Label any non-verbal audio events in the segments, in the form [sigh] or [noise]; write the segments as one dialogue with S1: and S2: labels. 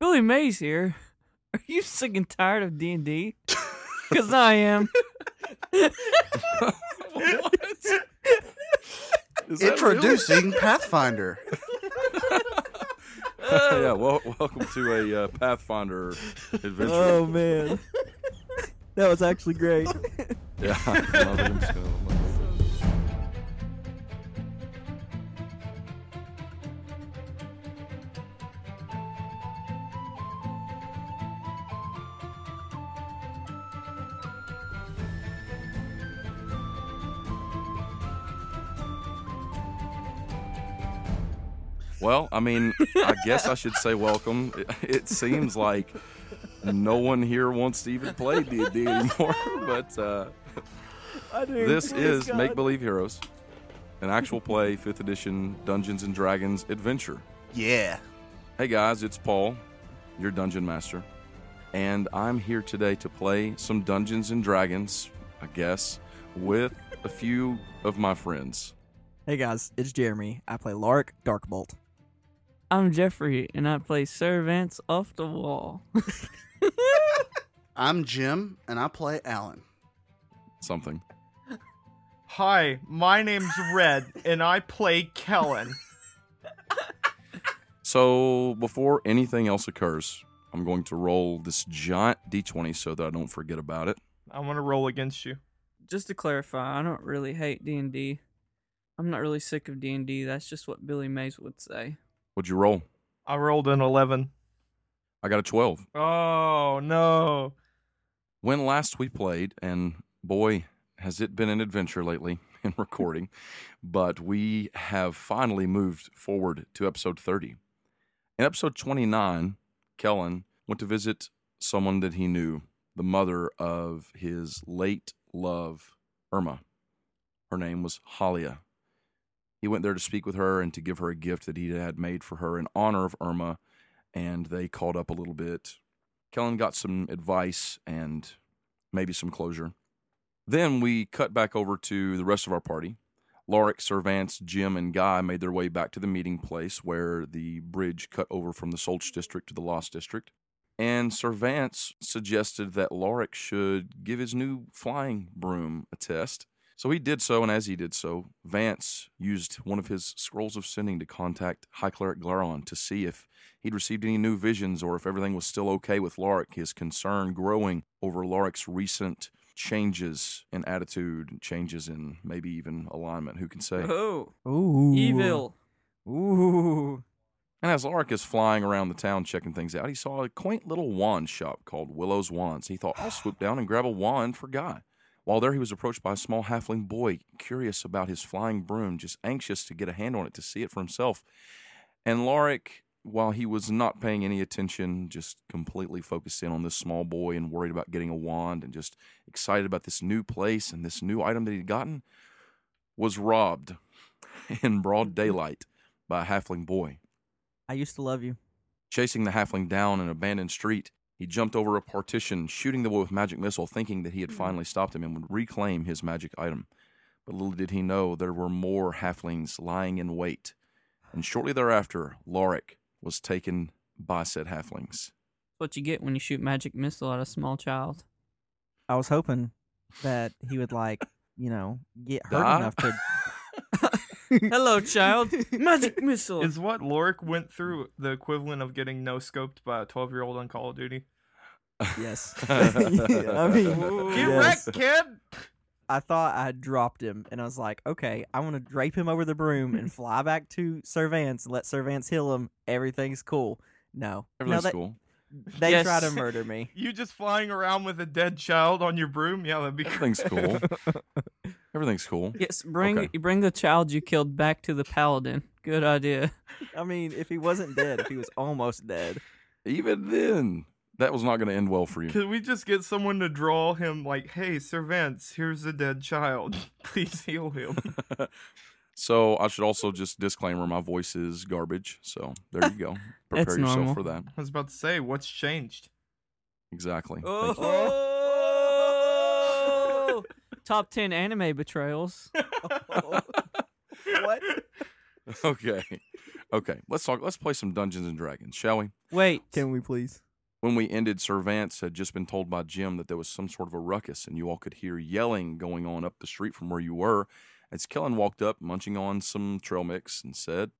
S1: Billy Mays here. [laughs] Are you sick and tired of D and D? [laughs] Because I am.
S2: Is that
S3: Introducing Pathfinder.
S2: real? [laughs] yeah, well, welcome to a uh, Pathfinder adventure.
S4: [laughs] Oh man, that was
S1: [laughs]
S4: actually great.
S2: Yeah, [laughs] I love it. I'm just gonna love it. Well, I mean, I guess I should say welcome. [laughs] It, it seems like no one here wants to even play D&D anymore, [laughs] but uh,
S1: [laughs]
S4: I do.
S2: this is
S4: God.
S2: Make Believe Heroes, an actual play, 5th edition Dungeons and Dragons adventure.
S3: Yeah.
S2: Hey guys, it's Paul, your dungeon master, and I'm here today to play some Dungeons and Dragons, I guess, with a few of my friends.
S4: Hey guys, it's Jeremy. I play Lark Darkbolt.
S1: I'm Jeffrey, and I play Servants off the wall. [laughs]
S3: I'm Jim, and I play Alan.
S2: Something.
S5: Hi, my name's Red, and I play Kellen.
S2: So, before anything else occurs, I'm going to roll this giant d20 so that I don't forget about it.
S5: I want to roll against you.
S1: Just to clarify, I don't really hate D and D. I'm not really sick of D and D. That's just what Billy Mays would say.
S2: What'd you roll?
S5: I rolled an 11.
S2: I got a 12.
S5: Oh, no.
S2: When last we played, and boy, has it been an adventure lately [laughs] in recording, but we have finally moved forward to episode 30. In episode 29, Kellen went to visit someone that he knew, the mother of his late love, Irma. Her name was Halia. He went there to speak with her and to give her a gift that he had made for her in honor of Irma, and they called up a little bit. Kellen got some advice and maybe some closure. Then we cut back over to the rest of our party. Lark, Servance, Jim, and Guy made their way back to the meeting place where the bridge cut over from the Solch district to the Lost district. And Servance suggested that Lark should give his new flying broom a test. So he did so, and as he did so, Vance used one of his scrolls of sending to contact High Cleric Glaron to see if he'd received any new visions or if everything was still okay with Lark, his concern growing over Lark's recent changes in attitude, changes in maybe even alignment, who can say?
S1: Oh,
S4: Ooh,
S1: evil!
S4: Ooh,
S2: And as Lark is flying around the town checking things out, he saw a quaint little wand shop called Willow's Wands. He thought, I'll swoop down and grab a wand for Guy. While there, he was approached by a small halfling boy, curious about his flying broom, just anxious to get a hand on it to see it for himself. And Lark, while he was not paying any attention, just completely focused in on this small boy and worried about getting a wand and just excited about this new place and this new item that he'd gotten, was robbed [laughs] in broad daylight by a halfling boy.
S4: I used to love you.
S2: Chasing the halfling down an abandoned street, he jumped over a partition, shooting the boy with magic missile, thinking that he had finally stopped him and would reclaim his magic item. But little did he know there were more halflings lying in wait. And shortly thereafter, Lorik was taken by said halflings.
S1: What you get when you shoot magic missile at a small
S4: [laughs]
S1: child?
S4: I was hoping that he would like, you know, get hurt
S2: Die?
S4: enough to.
S1: Hello, child. Magic missile.
S5: Is what Lorik went through the equivalent of getting no scoped by a 12 year old on Call of Duty?
S4: Yes. [laughs] I mean,
S5: Get
S4: yes.
S5: wrecked, kid!
S4: I thought I had dropped him, and I was like, okay, I want to drape him over the broom and fly back to Servance and let Servance heal him. Everything's cool. No,
S2: Everything's
S4: no, they,
S2: cool.
S4: They
S1: Yes.
S4: try to murder me.
S5: You just flying around with a dead child on your broom? Yeah, that'd be great.
S2: Everything's cool. Everything's cool.
S1: Yes, bring
S2: Okay.
S1: you bring the child you killed back to the paladin. Good idea. [laughs]
S4: I mean, if he wasn't dead, if he was almost dead,
S2: Even then, that was not going to end well for you.
S5: Can we just get someone to draw him like, hey, Servants, here's a dead child. [laughs] Please heal him.
S2: So I should also just disclaimer my voice is garbage. So there you go. Prepare
S1: It's
S2: yourself
S1: normal.
S2: for that.
S5: I was about to say, what's changed?
S4: [laughs]
S2: Exactly. Thank you.
S1: Oh! Top ten anime betrayals.
S4: what?
S2: [laughs] Okay. Okay, let's talk. Let's play some Dungeons and Dragons, shall we?
S1: Wait.
S4: Can we please?
S2: When we ended, Sir Vance had just been told by Jim that there was some sort of a ruckus, and you all could hear yelling going on up the street from where you were. As Kellen walked up, munching on some trail mix, and said,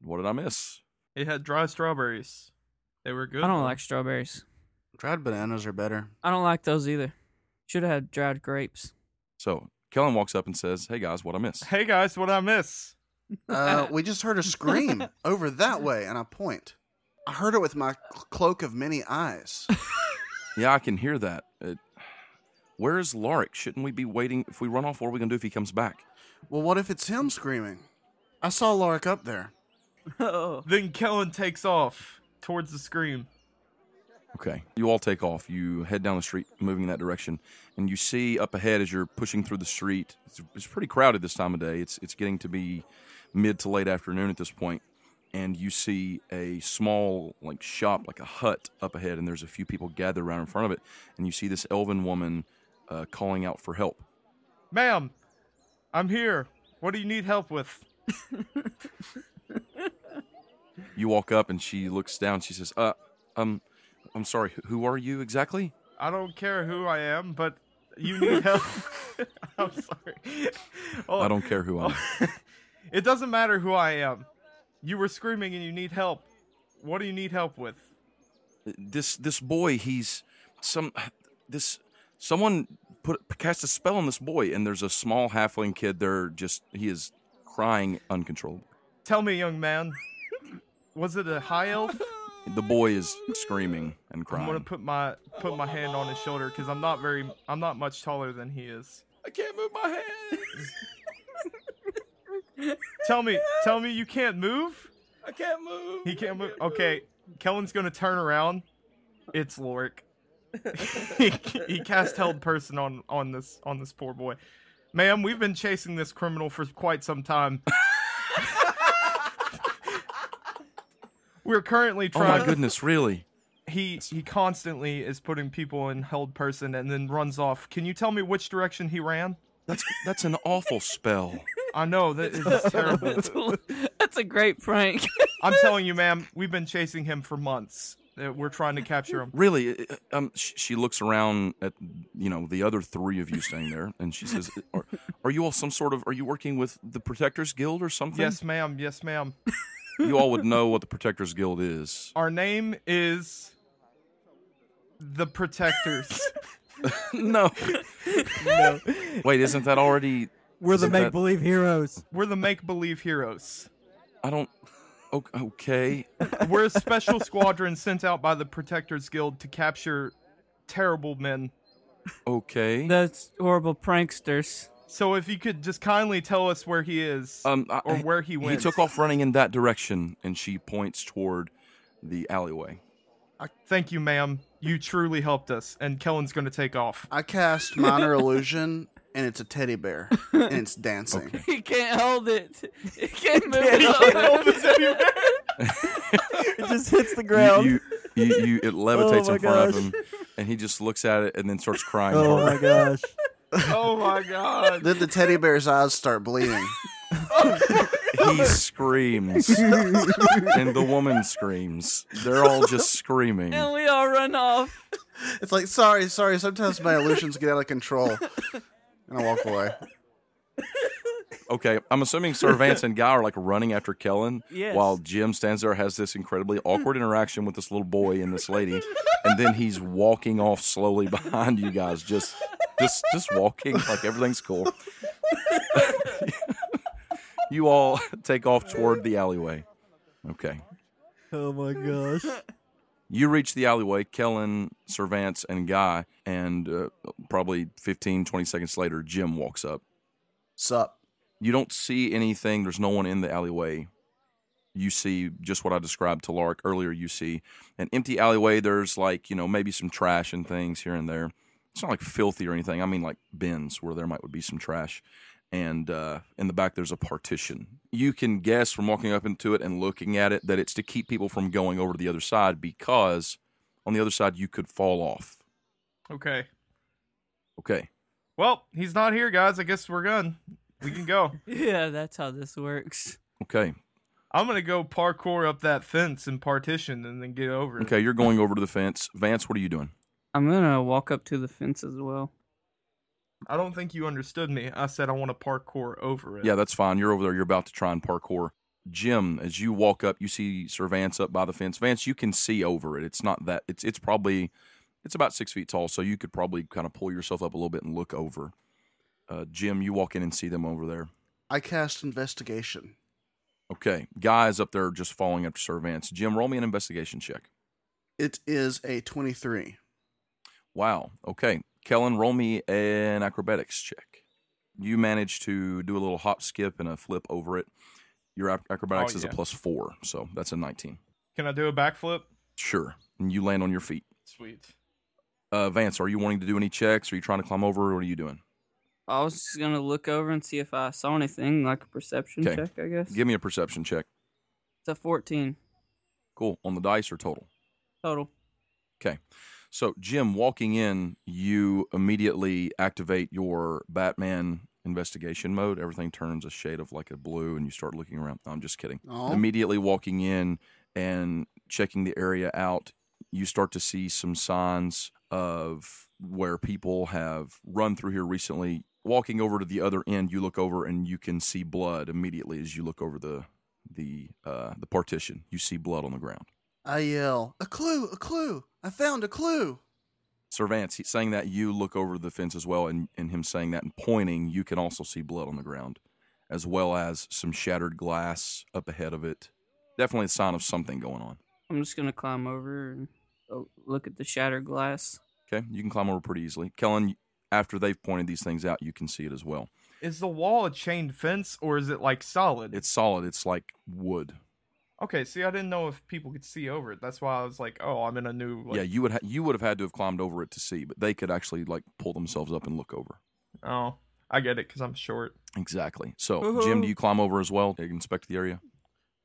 S2: "What did I miss?"
S5: It had dry strawberries. They were good.
S1: I don't
S5: though.
S1: like strawberries.
S3: Dried bananas are better.
S1: I don't like those either. Should have had dried grapes.
S2: So Kellen walks up and says, "Hey guys, what I
S5: [laughs]
S2: miss?"
S5: Hey guys, what I miss?
S3: Uh, we just heard a scream over that way, and I point. I heard it with my cl- cloak of many eyes.
S2: Yeah, I can hear that. It, where is Lark? Shouldn't we be waiting? If we run off, what are we gonna do if he comes back?
S3: Well, what if it's him screaming? I saw Lark up there.
S1: oh.
S5: Then Kellen takes off towards the scream.
S2: Okay. You all take off. You head down the street, moving in that direction, and you see up ahead as you're pushing through the street. It's, it's pretty crowded this time of day. It's it's getting to be mid to late afternoon at this point, and you see a small like shop, like a hut up ahead, and there's a few people gathered around in front of it, and you see this elven woman uh, calling out for help.
S5: Ma'am, I'm here. What do you need help with?
S2: You walk up, and she looks down. She says, "Uh, um, I'm sorry. Who are you exactly?"
S5: I don't care who I am, but you need
S1: [laughs]
S5: help. [laughs] I'm sorry. Oh,
S2: I don't care who I'm.
S5: It doesn't matter who I am. You were screaming and you need help. What do you need help with?
S2: this this boy he's some this someone put cast a spell on this boy and there's a small halfling kid there just he is crying uncontrollably
S5: Tell me, young man. Was it a high elf?
S2: the boy is screaming and
S5: I'm gonna
S2: crying
S5: put my put my hand on his shoulder because I'm not very I'm not much taller than he is.
S2: i can't move my head
S5: Tell me, tell me you can't move.
S2: i can't move
S5: He can't move. Okay, Kellen's gonna turn around. It's Lorik. [laughs] he, he cast held person on on this on this poor boy. Ma'am, we've been chasing this criminal for quite some time. [laughs] We're currently
S2: oh my [laughs]
S5: trying.
S2: goodness really
S5: he he constantly is putting people in held person and then runs off. Can you tell me which direction he ran?
S2: that's that's an awful spell
S5: I know that
S2: [laughs]
S5: is terrible.
S1: [laughs] That's a great prank.
S5: I'm telling you, ma'am, we've been chasing him for months. Uh, We're trying to capture [laughs] him.
S2: really uh, um sh- she looks around at you know the other three of you standing there and she says are, are you all some sort of are you working with the protectors guild or something
S5: Yes, ma'am. Yes, ma'am.
S2: you all would know what the protectors guild
S5: [laughs]
S2: is
S5: Our name is the [laughs] Protectors.
S2: no
S4: No.
S2: Wait, isn't that already?
S4: We're the
S2: Isn't that-
S4: make believe heroes.
S5: We're the make believe heroes.
S2: I don't. o- Okay.
S5: We're a special squadron sent out by the Protectors Guild to capture terrible men.
S2: Okay.
S1: [laughs] That's horrible pranksters.
S5: So if you could just kindly tell us where he is
S2: Um. I,
S5: or where he
S2: he
S5: went.
S2: took off running in that direction, and she points toward the alleyway.
S5: Thank you, ma'am. You truly helped us. And Kellen's going to take off.
S3: I cast minor illusion, and it's a teddy bear, and it's dancing.
S1: [laughs] He can't hold it. [laughs] He can't move it. up.
S4: [laughs] It just hits the
S2: You,
S4: ground.
S2: you, you, you- it levitates
S4: my
S2: in front
S4: gosh.
S2: of him, and he just looks at it and then starts crying.
S4: oh
S2: hard.
S4: my [laughs] gosh.
S5: [laughs] oh my god.
S3: Then the teddy bear's eyes start bleeding.
S2: He screams, and the woman screams. They're all just
S1: [laughs]
S2: screaming.
S1: and we all run off.
S3: It's like, sorry, sorry. Sometimes my illusions get out of control, and I walk away.
S2: Okay, I'm assuming Sir Vance and Guy are like running after Kellen
S1: Yes.
S2: while Jim stands there, has this incredibly awkward interaction with this little boy and this lady, and then he's walking off slowly [laughs] behind you guys, just just just walking like everything's cool. [laughs] you all take off toward the alleyway. Okay.
S4: Oh my gosh. [laughs]
S2: You reach the alleyway, Kellen, Sir Vance, and Guy, and uh, probably 15, 20 seconds later, Jim walks up.
S3: Sup?
S2: You don't see anything. There's no one in the alleyway. You see just what I described to Lark earlier. You see an empty alleyway. There's like, you know, maybe some trash and things here and there. It's not like filthy or anything. I mean, like bins where there might would be some trash. And uh, in the back, there's a partition. You can guess from walking up into it and looking at it that it's to keep people from going over to the other side because on the other side, you could fall off.
S5: [laughs] Okay.
S2: Okay.
S5: Well, he's not here, guys. I guess we're done. We can go. [laughs]
S1: Yeah, that's how this works.
S2: Okay.
S5: I'm gonna go parkour up that fence and partition, and then get over it.
S2: Okay, you're going over to the fence. Vance, what are you doing?
S1: I'm gonna walk up to the fence as well.
S5: I don't think you understood me. I said I want to parkour over it.
S2: Yeah, that's fine. You're over there. You're about to try and parkour. Jim, as you walk up, you see Sir Vance up by the fence. Vance, you can see over it. It's not that. It's it's probably it's about six feet tall, so you could probably kind of pull yourself up a little bit and look over. Uh, Jim, you walk in and see them over there.
S3: I cast investigation.
S2: Okay, guys up there just falling after Sir Vance. Jim, roll me an investigation check.
S3: It is a 23.
S2: Wow. Okay, Kellen, roll me an acrobatics check. You managed to do a little hop, skip, and a flip over it. Your ac- acrobatics
S5: Oh,
S2: is a
S5: yeah.
S2: plus four, so that's a 19.
S5: Can I do a backflip?
S2: Sure. And you land on your feet.
S5: Sweet.
S2: Uh, Vance, are you wanting to do any checks? Are you trying to climb over? What are you doing?
S1: I was just gonna look over and see if I saw anything, like a perception
S2: 'Kay.
S1: check, I guess.
S2: Give me a perception check.
S1: It's a 14
S2: Cool. On the dice or total?
S1: total.
S2: So, Jim, walking in, you immediately activate your Batman investigation mode. Everything turns a shade of like a blue, and you start looking around. No, I'm just kidding.
S3: Oh,
S2: Immediately walking in and checking the area out, you start to see some signs of where people have run through here recently. Walking over to the other end, you look over and you can see blood immediately as you look over the the uh, the partition. You see blood on the ground.
S3: I yell, a clue, a clue. I found a clue.
S2: Sir Vance, he, saying that, you look over the fence as well, and, and him saying that and pointing, you can also see blood on the ground, as well as some shattered glass up ahead of it. Definitely a sign of something going on.
S1: I'm just gonna climb over and oh, look at the shattered glass.
S2: Okay, you can climb over pretty easily. Kellen, after they've pointed these things out, you can see it as well.
S5: Is the wall a chain fence or is it like solid?
S2: It's solid, it's like wood.
S5: okay. See, I didn't know if people could see over it. That's why I was like, oh, I'm in a new. Like,
S2: yeah, you would ha- you would have had to have climbed over it to see, but they could actually like pull themselves up and look over.
S5: Oh, I get it because I'm short.
S2: Exactly. So, Jim, do you climb over as well? to Inspect the area.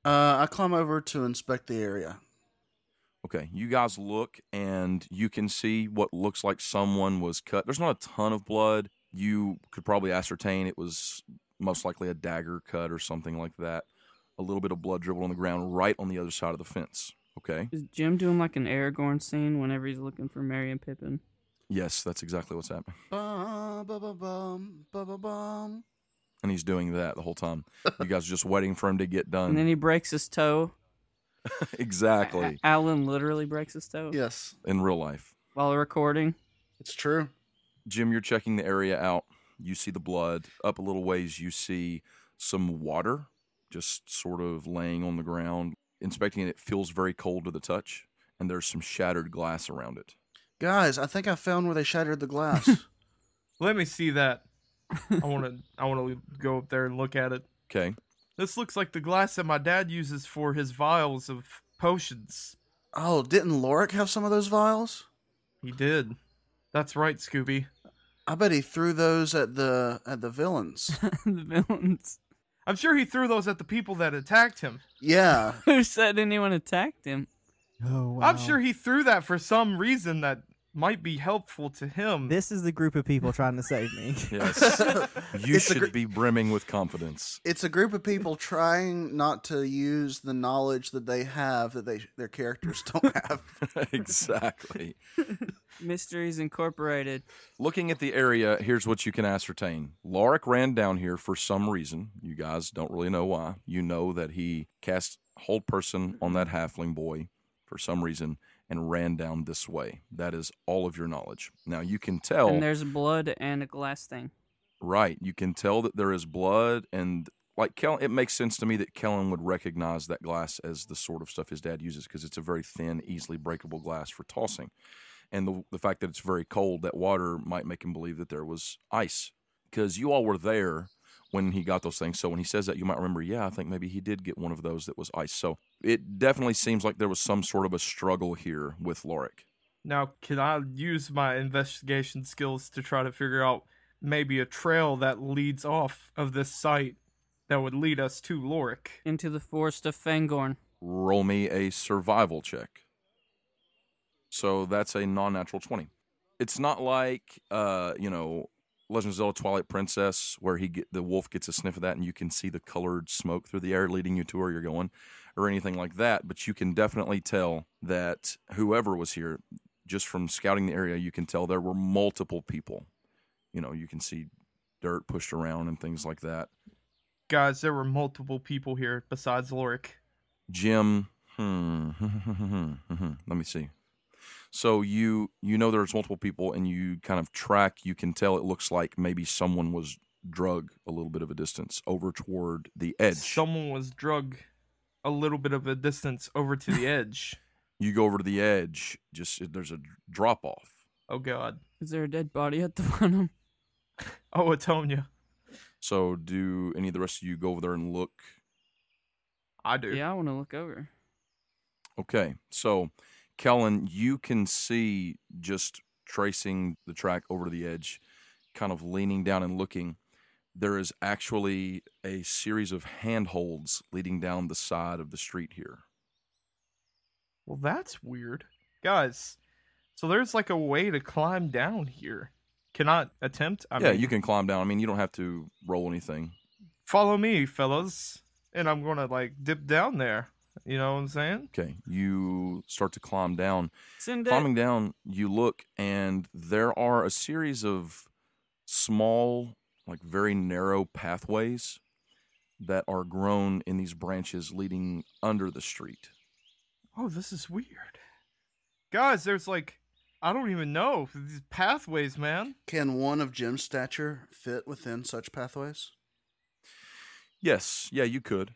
S3: Uh, I climb over to inspect the area.
S2: Okay, you guys look and you can see what looks like someone was cut. There's not a ton of blood. You could probably ascertain it was most likely a dagger cut or something like that. A little bit of blood dribbled on the ground right on the other side of the fence. Okay.
S1: Is Jim doing like an Aragorn scene whenever he's looking for Merry and Pippin?
S2: Yes, that's exactly what's happening.
S3: Bum, bum, bum, bum, bum, bum, bum.
S2: And he's doing that the whole time. You guys are just waiting for him to get
S1: And then
S2: done.
S1: he breaks his toe. A-
S2: Um, [laughs] exactly.
S1: Alan literally breaks his toe
S3: Yes,
S2: In real life.
S1: while recording. [laughs]
S3: it's true.
S2: Jim, you're checking the area out. You see the blood. Up a little ways, you see some water just sort of laying on the ground. Inspecting it, it feels very cold to the touch, and there's some shattered glass around it.
S3: Guys, I think I found where they shattered the glass.
S5: Let me see
S2: [laughs]
S5: that. I want to. I want to go up there and look at it.
S2: Okay.
S5: This looks like the glass that my dad uses for his vials of potions.
S3: oh, didn't Lorik have some of those vials?
S5: He did. That's right, Scooby.
S3: I bet he threw those at the at the villains.
S1: the villains. [laughs]
S5: I'm sure he threw those at the people that attacked him.
S3: yeah,
S1: Who said anyone attacked him?
S4: Oh,
S5: I'm sure he threw that for some reason that might be helpful to him.
S4: This is the group of people trying to save me. [laughs]
S2: Yes. [laughs] you
S3: It's a
S2: should
S3: gr-
S2: be brimming with confidence. [laughs]
S3: it's a group of people trying not to use the knowledge that they have that they their characters don't [laughs] have.
S2: exactly.
S1: Mysteries Incorporated.
S2: Looking at the area, here's what you can ascertain. Lorik ran down here for some reason. You guys don't really know why. You know that he cast Hold Person on that halfling boy for some reason and ran down this way. That is all of your knowledge. Now you can tell
S1: And there's blood and a glass thing.
S2: Right. You can tell that there is blood and like Kellen, it makes sense to me that Kellen would recognize that glass as the sort of stuff his dad uses because it's a very thin, easily breakable glass for tossing. And the, the fact that it's very cold, that water might make him believe that there was ice because you all were there when he got those things. So when he says that, you might remember, yeah, I think maybe he did get one of those that was ice. So it definitely seems like there was some sort of a struggle here with Lorik.
S5: Now, can I use my investigation skills to try to figure out maybe a trail that leads off of this site that would lead us to Lorik?
S1: Into the forest of Fangorn.
S2: roll me a survival check. So that's a non natural 20. It's not like, uh, you know, Legend of Zelda Twilight Princess, where he get, the wolf gets a sniff of that, and you can see the colored smoke through the air leading you to where you're going, or anything like that. But you can definitely tell that whoever was here, just from scouting the area, you can tell there were multiple people. You know, you can see dirt pushed around and things like that.
S5: Guys, there were multiple people here besides Lorik.
S2: Jim, hmm, let me see. So you you know there's multiple people, and you kind of track. You can tell it looks like maybe someone was drug a little bit of a distance over toward the edge.
S5: Someone was drug a little bit of a distance over to the edge.
S2: you go over to the edge. Just there's a drop off.
S5: Oh god.
S1: Is there a dead body at the [laughs] bottom?
S5: Oh, Atonia.
S2: So do any of the rest of you go over there and look?
S5: I do.
S1: Yeah, I want to look over.
S2: Okay, so Kellen, you can see just tracing the track over to the edge, kind of leaning down and looking. There is actually a series of handholds leading down the side of the street here.
S5: Well, that's weird. Guys, so there's like a way to climb down here. Can I attempt? I
S2: yeah,
S5: mean,
S2: you can climb down. I mean, you don't have to roll anything.
S5: follow me, fellas. And I'm going to like dip down there. You know what I'm saying?
S2: Okay, you start to climb down.
S1: Send
S2: Climbing down, you look, and there are a series of small, like very narrow pathways that are grown in these branches leading under the street.
S5: Oh, this is weird. Guys, there's like, I don't even know. These pathways, man.
S3: Can one of Jim's stature fit within such pathways?
S2: Yes, yeah, you could.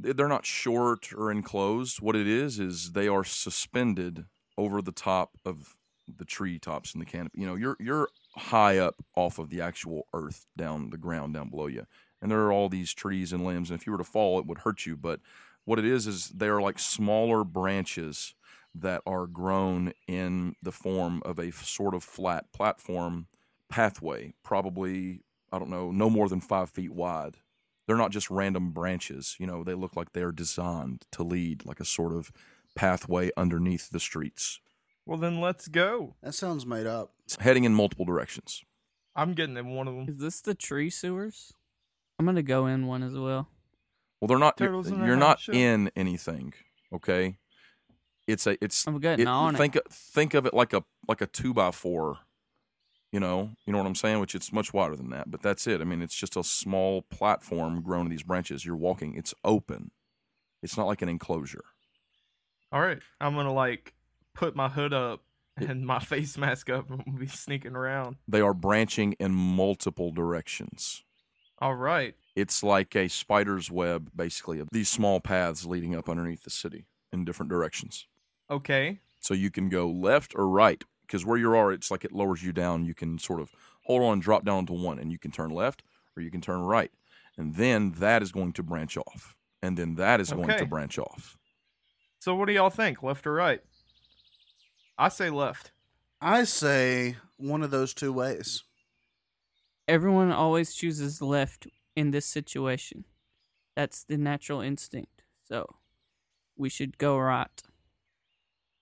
S2: They- They're not short or enclosed. What it is is they are suspended over the top of the tree tops in the canopy. You know, you're you're high up off of the actual earth down the ground down below you. And there are all these trees and limbs and if you were to fall it would hurt you, but what it is is they are like smaller branches that are grown in the form of a f- sort of flat platform pathway, probably I don't know, no more than 5 feet wide they're not just random branches. You know, they look like they're designed to lead like a sort of pathway underneath the streets,
S5: Well, then let's go.
S3: That sounds made up.
S2: It's heading in multiple directions.
S5: I'm getting in one of them.
S1: Is this the tree sewers? I'm gonna go in one as well.
S2: Well, they're not.
S5: Turtles in
S2: you're
S5: a
S2: you're not
S5: hot shell.
S2: in anything. Okay, it's a it's.
S1: I'm getting
S2: it-
S1: on
S2: think think of it like a like a two by four. You know, you know what I'm saying. Which it's much wider than that, but that's it. I mean, it's just a small platform grown in these branches. You're walking. It's open. It's not like an enclosure.
S5: All right. I'm going to like put my hood up and my [laughs] face mask up and we'll be sneaking around.
S2: They are branching in multiple directions.
S5: All right.
S2: It's like a spider's web, basically, of these small paths leading up underneath the city in different directions.
S5: Okay.
S2: So you can go left or right, because where you are, it's like it lowers you down. You can sort of hold on, drop down to one, and you can turn left or you can turn right. And then that is going to branch off. And then that is going
S5: Okay.
S2: to branch off.
S5: So what do y'all think? Left or right? I say left.
S3: I say one of those two ways.
S1: Everyone always chooses left in this situation. That's the natural instinct. So we should go right.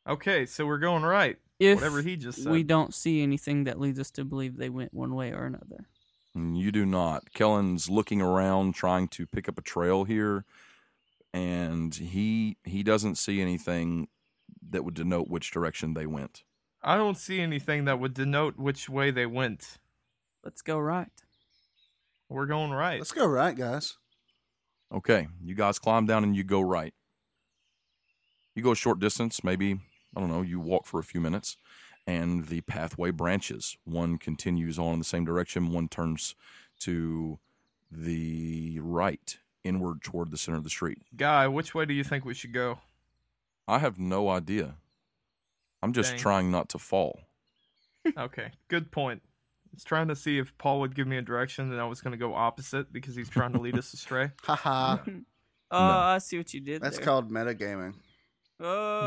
S5: Okay, so we're going right.
S1: If
S5: Whatever he just said.
S1: we don't see anything that leads us to believe they went one way or another.
S2: And you do not. Kellen's looking around trying to pick up a trail here, and he he doesn't see anything that would denote which direction they went.
S5: I don't see anything that would denote which way they went.
S1: Let's go right.
S5: We're going right.
S3: Let's go right, guys.
S2: Okay, you guys climb down and you go right. You go a short distance, maybe, I don't know, you walk for a few minutes, and the pathway branches. One continues on in the same direction, one turns to the right, inward toward the center of the street.
S5: Guy, which way do you think we should go? [laughs]
S2: I have no idea. I'm just
S5: Dang.
S2: trying not to fall.
S5: okay, good point. I was trying to see if Paul would give me a direction, and I was going to go opposite because he's trying to lead us
S3: [laughs]
S5: astray.
S3: Haha.
S1: [laughs] Oh,
S2: No.
S1: I see what you did
S3: Ah. That's
S1: there.
S3: called metagaming.
S1: oh.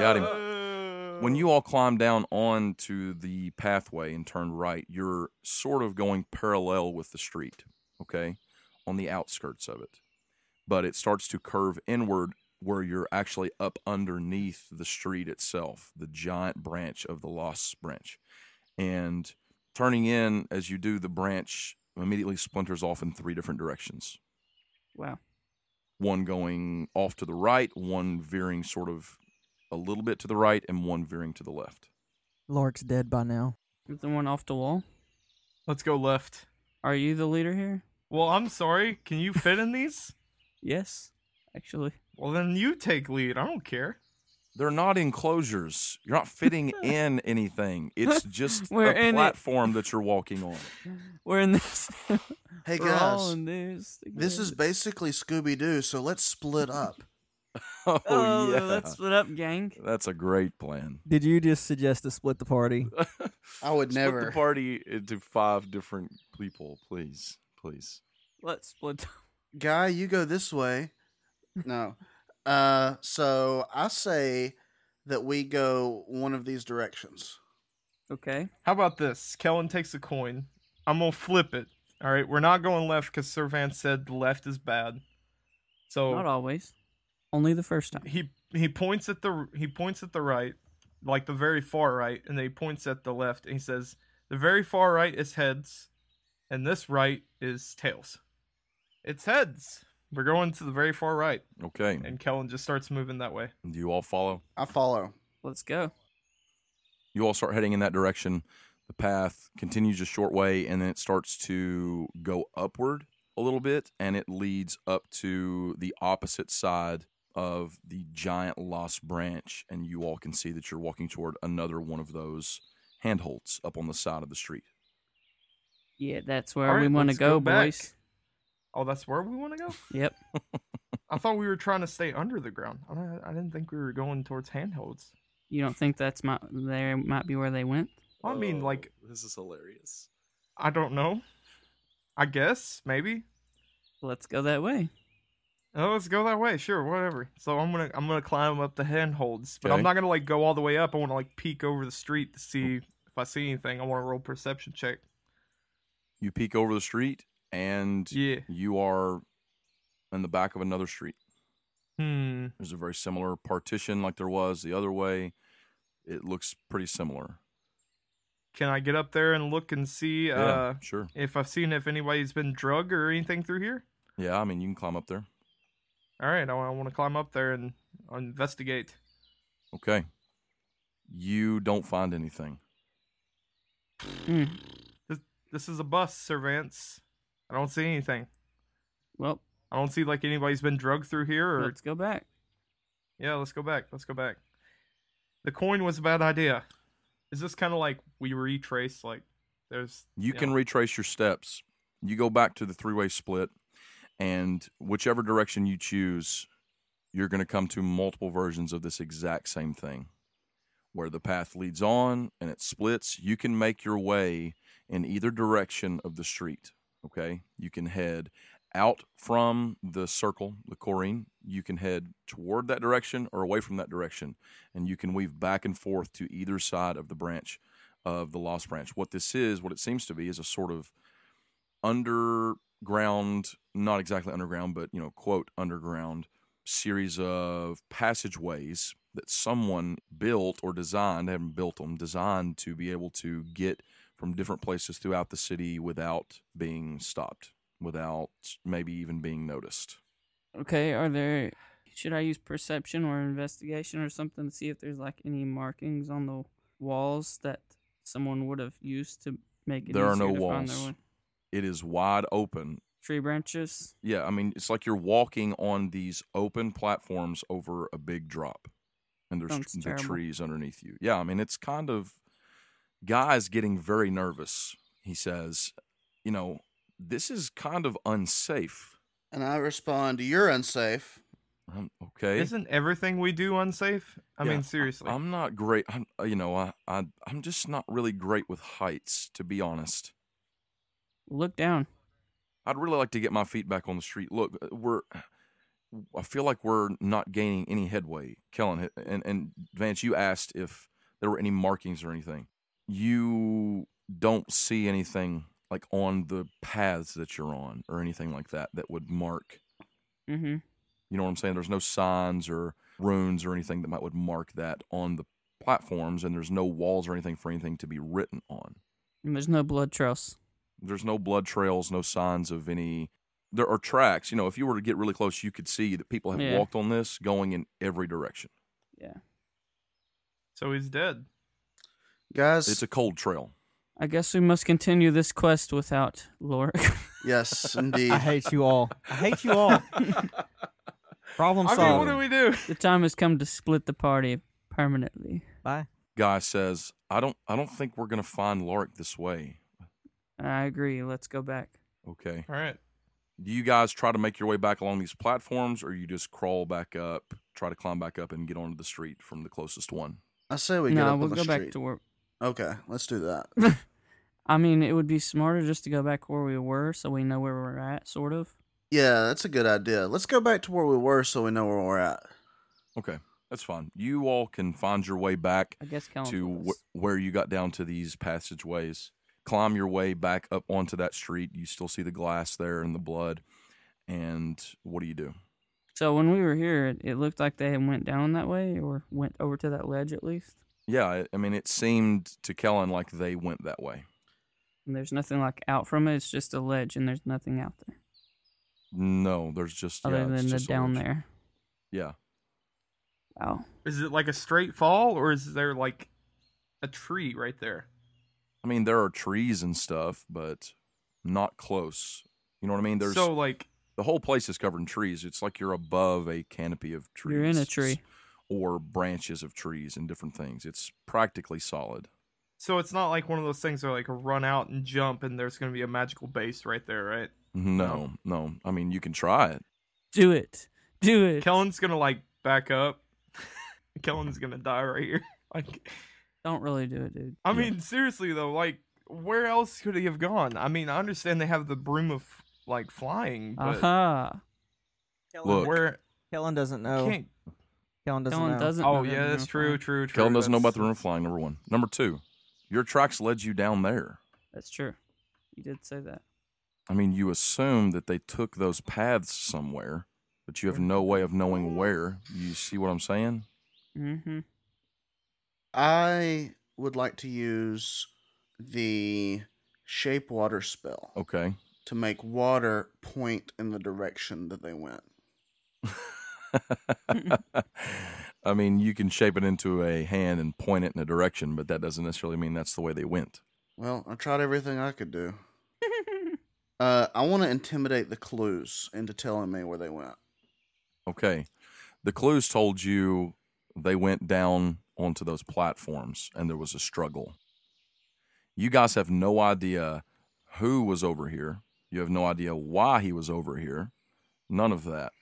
S1: [laughs]
S2: Got him. When you all climb down onto the pathway and turn right, you're sort of going parallel with the street, okay? On the outskirts of it. But it starts to curve inward where you're actually up underneath the street itself, the giant branch of the Lost Branch. And Turning in as you do, the branch immediately splinters off in three different directions.
S1: Wow.
S2: One going off to the right, one veering sort of a little bit to the right, and one veering to the left.
S4: Lork's dead by now.
S1: Is the one off the wall?
S5: Let's go left.
S1: Are you the leader here?
S5: Well, I'm sorry. Can you fit in these?
S1: Yes, actually.
S5: Well, then you take lead. I don't care.
S2: They're not enclosures. You're not [laughs] fitting in anything. It's just
S1: We're in
S2: a
S1: it.
S2: platform that you're walking [laughs] on.
S1: We're in this. [laughs]
S3: Hey
S1: We're all
S3: guys,
S1: in this.
S3: this is
S1: together.
S3: basically Scooby Doo, so let's split up.
S2: Oh,
S1: Oh,
S2: yeah.
S1: let's split up, gang.
S2: That's a great [laughs] plan.
S4: Did you just suggest to split the party?
S3: I would
S2: Split the
S3: never.
S2: party into five different people, please. Please.
S1: Let's split.
S3: Guy, you go this way. No. Uh, so I say that we go one of these directions.
S1: [laughs] Okay.
S5: How about this? Kellen takes a coin. I'm gonna flip it. All right, we're not going left because Servan said the left is bad.
S1: Not
S5: So
S1: always. Only the first time.
S5: he he points at the he points at the right, like the very far right, and then he points at the left and he says the very far right is heads, and this right is tails. It's heads. We're going to the very far right,
S2: Okay.
S5: and Kellen just starts moving that way.
S2: Do you all follow?
S3: I follow.
S1: Let's go.
S2: You all start heading in that direction. The path continues a short way and then it starts to go upward a little bit and it leads up to the opposite side of the giant lost branch. And you all can see that you're walking toward another one of those handholds up on the side of the street.
S1: Yeah, that's where
S5: All
S1: we
S5: right,
S1: want to
S5: let's
S1: go,
S5: go back.
S1: boys.
S5: Oh, that's where we want to go.
S1: Yep.
S5: [laughs] I thought we were trying to stay under the ground. I, don't- I didn't think we were going towards handholds.
S1: You don't think that's my? There might be where they went.
S5: I mean, like,
S2: this is hilarious.
S5: I don't know. I guess maybe.
S1: Let's go that way.
S5: Oh, let's go that way. Sure, whatever. So I'm gonna I'm gonna climb up the handholds, but
S2: Okay.
S5: I'm not gonna like go all the way up. I want to like peek over the street to see if I see anything. I want to roll perception check.
S2: You peek over the street and
S5: Yeah.
S2: you are in the back of another street.
S5: Hmm.
S2: There's a very similar partition like there was the other way. It looks pretty similar.
S5: Can I get up there and look and see uh
S2: sure.
S5: if I've seen if anybody's been drugged or anything through here?
S2: Yeah, I mean, you can climb up there.
S5: All right, I, want to climb up there and uh, investigate.
S2: Okay. You don't find anything.
S1: Mm.
S5: This is a bus, Servants. I don't see anything.
S1: Well,
S5: I don't see like anybody's been drugged through here or
S1: let's go back.
S5: Yeah, let's go back. Let's go back. The coin was a bad idea. Is this kind of like we retrace? Like, there's
S2: You can
S5: know,
S2: retrace your steps. You go back to the three way split, and whichever direction you choose, you're going to come to multiple versions of this exact same thing where the path leads on and it splits. You can make your way in either direction of the street. Okay. You can head out from the circle, the corine. You can head toward that direction or away from that direction, and you can weave back and forth to either side of the branch of the Lost Branch. What this is, what it seems to be, is a sort of underground, not exactly underground, but you know, quote underground series of passageways that someone built or designed, they haven't built them, designed to be able to get from different places throughout the city without being stopped, without maybe even being noticed.
S1: Okay. Are there? Should I use perception or investigation or something to see if there's like any markings on the walls that someone would have used to make it?
S2: There are
S1: easier
S2: no
S1: to find their
S2: walls.
S1: way?
S2: It is wide open
S1: Tree branches.
S2: Yeah, I mean, it's like you're walking on these open platforms over a big drop, and there's
S1: Sounds
S2: tr- the
S1: terrible.
S2: trees underneath you. Yeah, I mean, it's kind of. Guy's getting very nervous. He says, You know, this is kind of unsafe.
S3: And I respond, You're unsafe.
S2: Um, okay.
S5: Isn't everything we do unsafe? I
S2: Yeah,
S5: mean, seriously.
S2: I'm not great. I'm, uh, you know, I, I, I'm just not really great with heights, to be honest.
S1: Look down.
S2: I'd really like to get my feet back on the street. Look, uh, we're. I feel like we're not gaining any headway, Kellen. h- And, and Vance, you asked if there were any markings or anything. You don't see anything like on the paths that you're on or anything like that that would mark.
S1: Mm-hmm.
S2: You know what I'm saying? There's no signs or runes or anything that might would mark that on the platforms, and there's no walls or anything for anything to be written on.
S1: And there's no blood trails.
S2: There's no blood trails, no signs of any. There are tracks. You know, if you were to get really close, you could see that people have
S1: Yeah.
S2: walked on this going in every direction.
S5: So he's dead.
S3: guys.
S2: It's a cold trail.
S1: I guess we must continue this quest without Lorik.
S3: yes, indeed.
S4: I hate you all. [laughs] I hate you all. Problem
S5: I
S4: solved.
S5: mean, what do we do?
S1: [laughs] the time has come to split the party permanently.
S4: Bye.
S2: Guy says, "I don't, I don't think we're gonna find Lark this way."
S1: I agree. Let's go back.
S2: Okay.
S5: All right.
S2: Do you guys try to make your way back along these platforms, or you just crawl back up, try to climb back up, and get onto the street from the closest one?
S3: I say we get
S1: no,
S3: up
S1: we'll
S3: on the
S1: go
S3: street.
S1: back to where.
S3: Okay, let's
S1: [laughs]
S3: do that.
S1: I mean, it would be smarter just to go back where we were, so we know where we're at, sort of.
S3: Yeah, that's a good idea. Let's go back to where we were so we know where we're at.
S2: Okay, that's fine. You all can find your way back
S1: I guess Calum.
S2: to wh- where you got down to these passageways. Climb your way back up onto that street. You still see the glass there and the blood. And what do you do?
S1: So when we were here, it, it looked like they had went down that way, or went over to that ledge at least.
S2: Yeah, I, I mean, it seemed to Kellen like they went that way.
S1: And there's nothing like out from it. It's just a ledge, and there's nothing out there
S2: No, there's just yeah,
S1: other
S2: it's
S1: than the
S2: just a
S1: down
S2: ledge.
S1: there.
S2: Yeah,
S1: Wow.
S5: Is it like a straight fall, or is there like a tree right there?
S2: I mean, there are trees and stuff, but not close. You know what I mean? There's
S5: so like
S2: the whole place is covered in trees. It's like you're above a canopy of trees.
S1: You're in a tree.
S2: Or branches of trees and different things. It's practically solid.
S5: So it's not like one of those things where like run out and jump and there's gonna be a magical base right there, right?
S2: No, no. I mean, you can try it.
S1: Do it. Do it.
S5: Kellen's gonna like back up. [laughs] Kellen's gonna die right here. [laughs] Like
S1: Don't really do it, dude.
S5: I
S2: Yeah.
S5: mean, seriously though, like where else could he have gone? I mean, I understand they have the broom of like flying, but
S1: Aha.
S2: Look.
S5: where
S4: Kellen doesn't
S5: you
S4: know.
S5: can't
S4: Kellen Oh. doesn't
S1: Kellen
S4: know.
S1: doesn't.
S5: Oh
S1: know that
S5: yeah, that's
S1: uniform.
S5: true, true, true.
S2: Kellen doesn't know about
S5: that's-
S2: the room of flying, number one. Number two, your tracks led you down there.
S1: That's true. You did say that.
S2: I mean, you assume that they took those paths somewhere, but you have no way of knowing where. You see what I'm saying?
S1: Mm-hmm. [laughs]
S3: I would like to use the shape water spell
S2: Okay. [laughs]
S3: to make water point in the direction that they went.
S2: I mean, you can shape it into a hand and point it in a direction, but that doesn't necessarily mean that's the way they went.
S3: Well, I tried everything I could do. Uh, I want to intimidate the clues into telling me where they went.
S2: Okay. The clues told you they went down onto those platforms and there was a struggle. You guys have no idea who was over here. You have no idea why he was over here. None of that.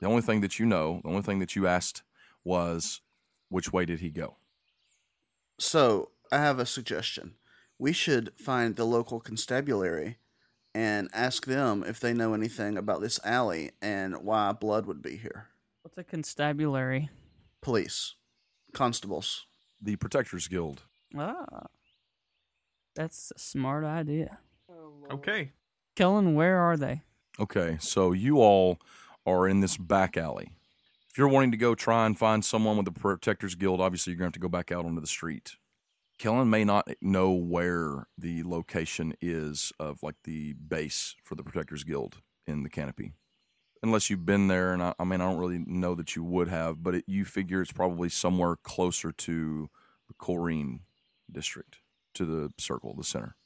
S2: The only thing that you know, the only thing that you asked was which way did he go?
S3: So I have a suggestion. We should find the local constabulary and ask them if they know anything about this alley and why blood would be here.
S1: What's a constabulary?
S3: Police, constables.
S2: The Protectors Guild.
S1: Ah, that's a smart idea.
S5: Okay.
S1: Kellen, where are they?
S2: Okay, so you all are in this back alley. If you're wanting to go try and find someone with the Protectors Guild, obviously you're going to have to go back out onto the street. Kellen may not know where the location is of like the base for the Protectors Guild in the canopy. Unless you've been there, and I, I mean, I don't really know that you would have, but it, you figure it's probably somewhere closer to the Corrine district, to the circle, the center.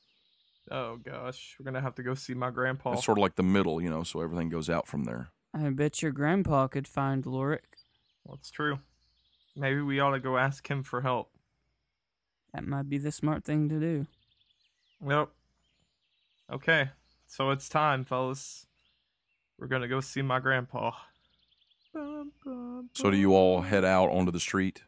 S5: Oh gosh, we're gonna have to go see my grandpa.
S2: It's sort of like the middle, you know, so everything goes out from there.
S1: I bet your grandpa could find Lorik.
S5: That's true. Maybe we ought to go ask him for help.
S1: That might be the smart thing to do.
S5: Yep. Okay, so it's time, fellas. We're gonna go see my grandpa.
S2: So do you all head out onto the street?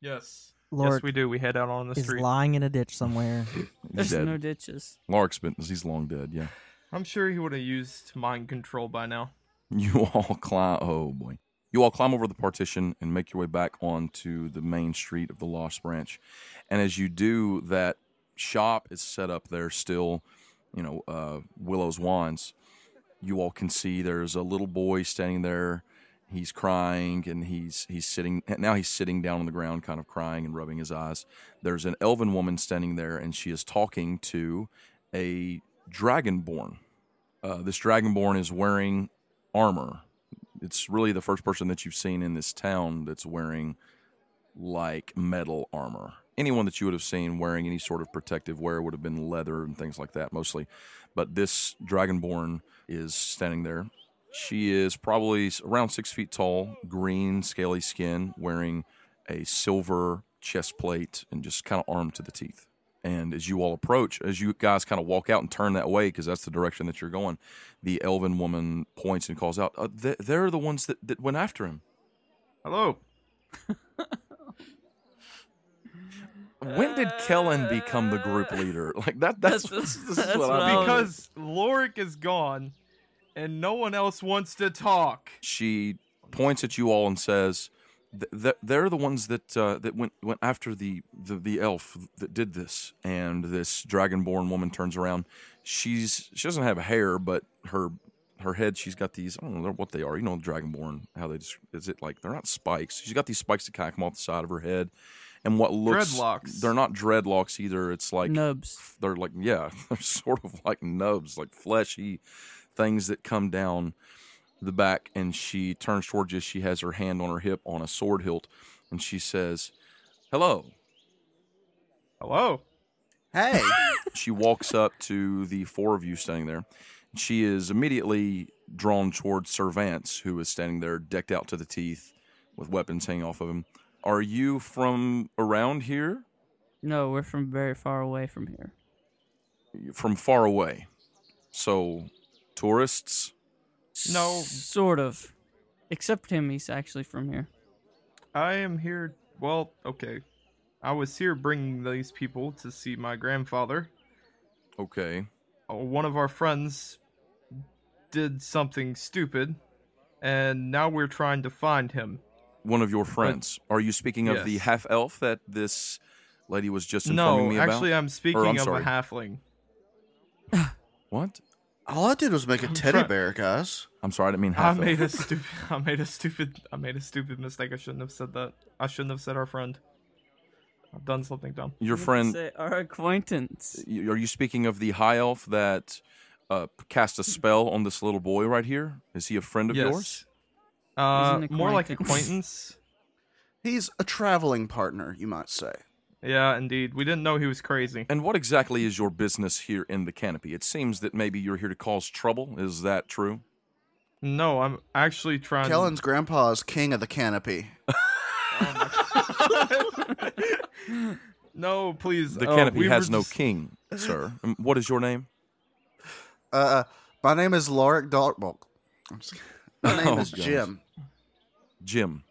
S5: Yes.
S4: Lord
S5: yes, we do. We head out on the
S4: is
S5: street.
S4: lying in a ditch [laughs] somewhere.
S1: There's
S2: He's dead.
S1: no ditches.
S2: Lark's been he's long dead, yeah.
S5: I'm sure he would have used mind control by now.
S2: [laughs] You all climb oh boy. You all climb over the partition and make your way back onto the main street of the Lost Branch. And as you do, that shop is set up there still, you know, uh, Willow's Wands. You all can see there's a little boy standing there. he's crying and he's he's sitting now he's sitting down on the ground kind of crying and rubbing his eyes there's an elven woman standing there and she is talking to a dragonborn uh, this dragonborn is wearing armor it's really the first person that you've seen in this town that's wearing like metal armor anyone that you would have seen wearing any sort of protective wear would have been leather and things like that mostly but this dragonborn is standing there she is probably s- around six feet tall, green, scaly skin, wearing a silver chest plate and just kind of armed to the teeth. And as you all approach, as you guys kind of walk out and turn that way, because that's the direction that you're going, the elven woman points and calls out, uh, th- They're the ones that, that went after him.
S5: Hello.
S2: When did Kellen become the group leader? Like that. That's,
S1: That's-
S2: [laughs] this is
S1: that's
S2: what
S1: what
S2: I
S4: Oh.
S1: I
S2: mean.
S1: was-
S5: Because Lorik is gone and no one else wants to talk.
S2: she points at you all and says, "Th- th- "They're the ones that uh, that went went after the, the the elf that did this." And this dragonborn woman turns around. She's she doesn't have hair, but her her head she's got these I don't know what they are. You know, dragonborn how they just is it like they're not spikes. She's got these spikes that kind of come off the side of her head, and what looks
S5: Dreadlocks.
S2: They're not dreadlocks either. It's like
S1: Nubs.
S2: f- they're like yeah [laughs] they're sort of like nubs like fleshy things that come down the back and she turns towards you she has her hand on her hip on a sword hilt and she says hello
S5: Hello.
S2: [laughs]
S3: Hey,
S2: she walks up to the four of you standing there she is immediately drawn towards servance who is standing there decked out to the teeth with weapons hanging off of him are you from around here
S1: No, we're from very far away from here.
S2: from far away so tourists
S5: No.
S1: Sort of. Except him, he's actually from here.
S5: I am here. Well, okay. I was here bringing these people to see my grandfather.
S2: okay
S5: Uh, One of our friends did something stupid, and now we're trying to find him.
S2: one of your friends. Are you speaking of the
S5: Yes.
S2: half elf that this lady was just informing
S5: No,
S2: me about?
S5: actually, I'm speaking
S2: I'm
S5: of
S2: sorry.
S5: a halfling.
S2: what?
S3: all I did was make a
S5: I'm
S3: teddy
S5: try-
S3: bear, guys.
S2: I'm sorry, I didn't mean
S5: I
S2: half elf. [laughs]
S5: made a stupid. I made a stupid. I made a stupid mistake. I shouldn't have said that. I shouldn't have said our friend. I've done something dumb. [laughs]
S2: Your
S1: Let's
S2: friend.
S1: say our acquaintance.
S2: y- Are you speaking of the high elf that uh, cast a spell on this little boy right here? Is he a friend of yours?
S5: Uh,
S1: He's an
S5: more like
S1: acquaintance.
S5: acquaintance.
S3: He's a traveling partner, you might say.
S5: yeah, indeed. We didn't know he was crazy.
S2: And what exactly is your business here in the canopy? It seems that maybe you're here to cause trouble. Is that true?
S5: No, I'm actually trying.
S3: Kellen's grandpa is king of the canopy.
S5: no, please.
S2: The
S5: uh,
S2: canopy
S5: we were
S2: has no
S5: just-
S2: king, sir.
S5: [laughs]
S2: Um, What is your name?
S3: Uh, my name is Lorik Darkbulk. I'm just kidding. My name
S2: [laughs] Oh,
S3: is
S2: gosh.
S3: Jim.
S2: Jim.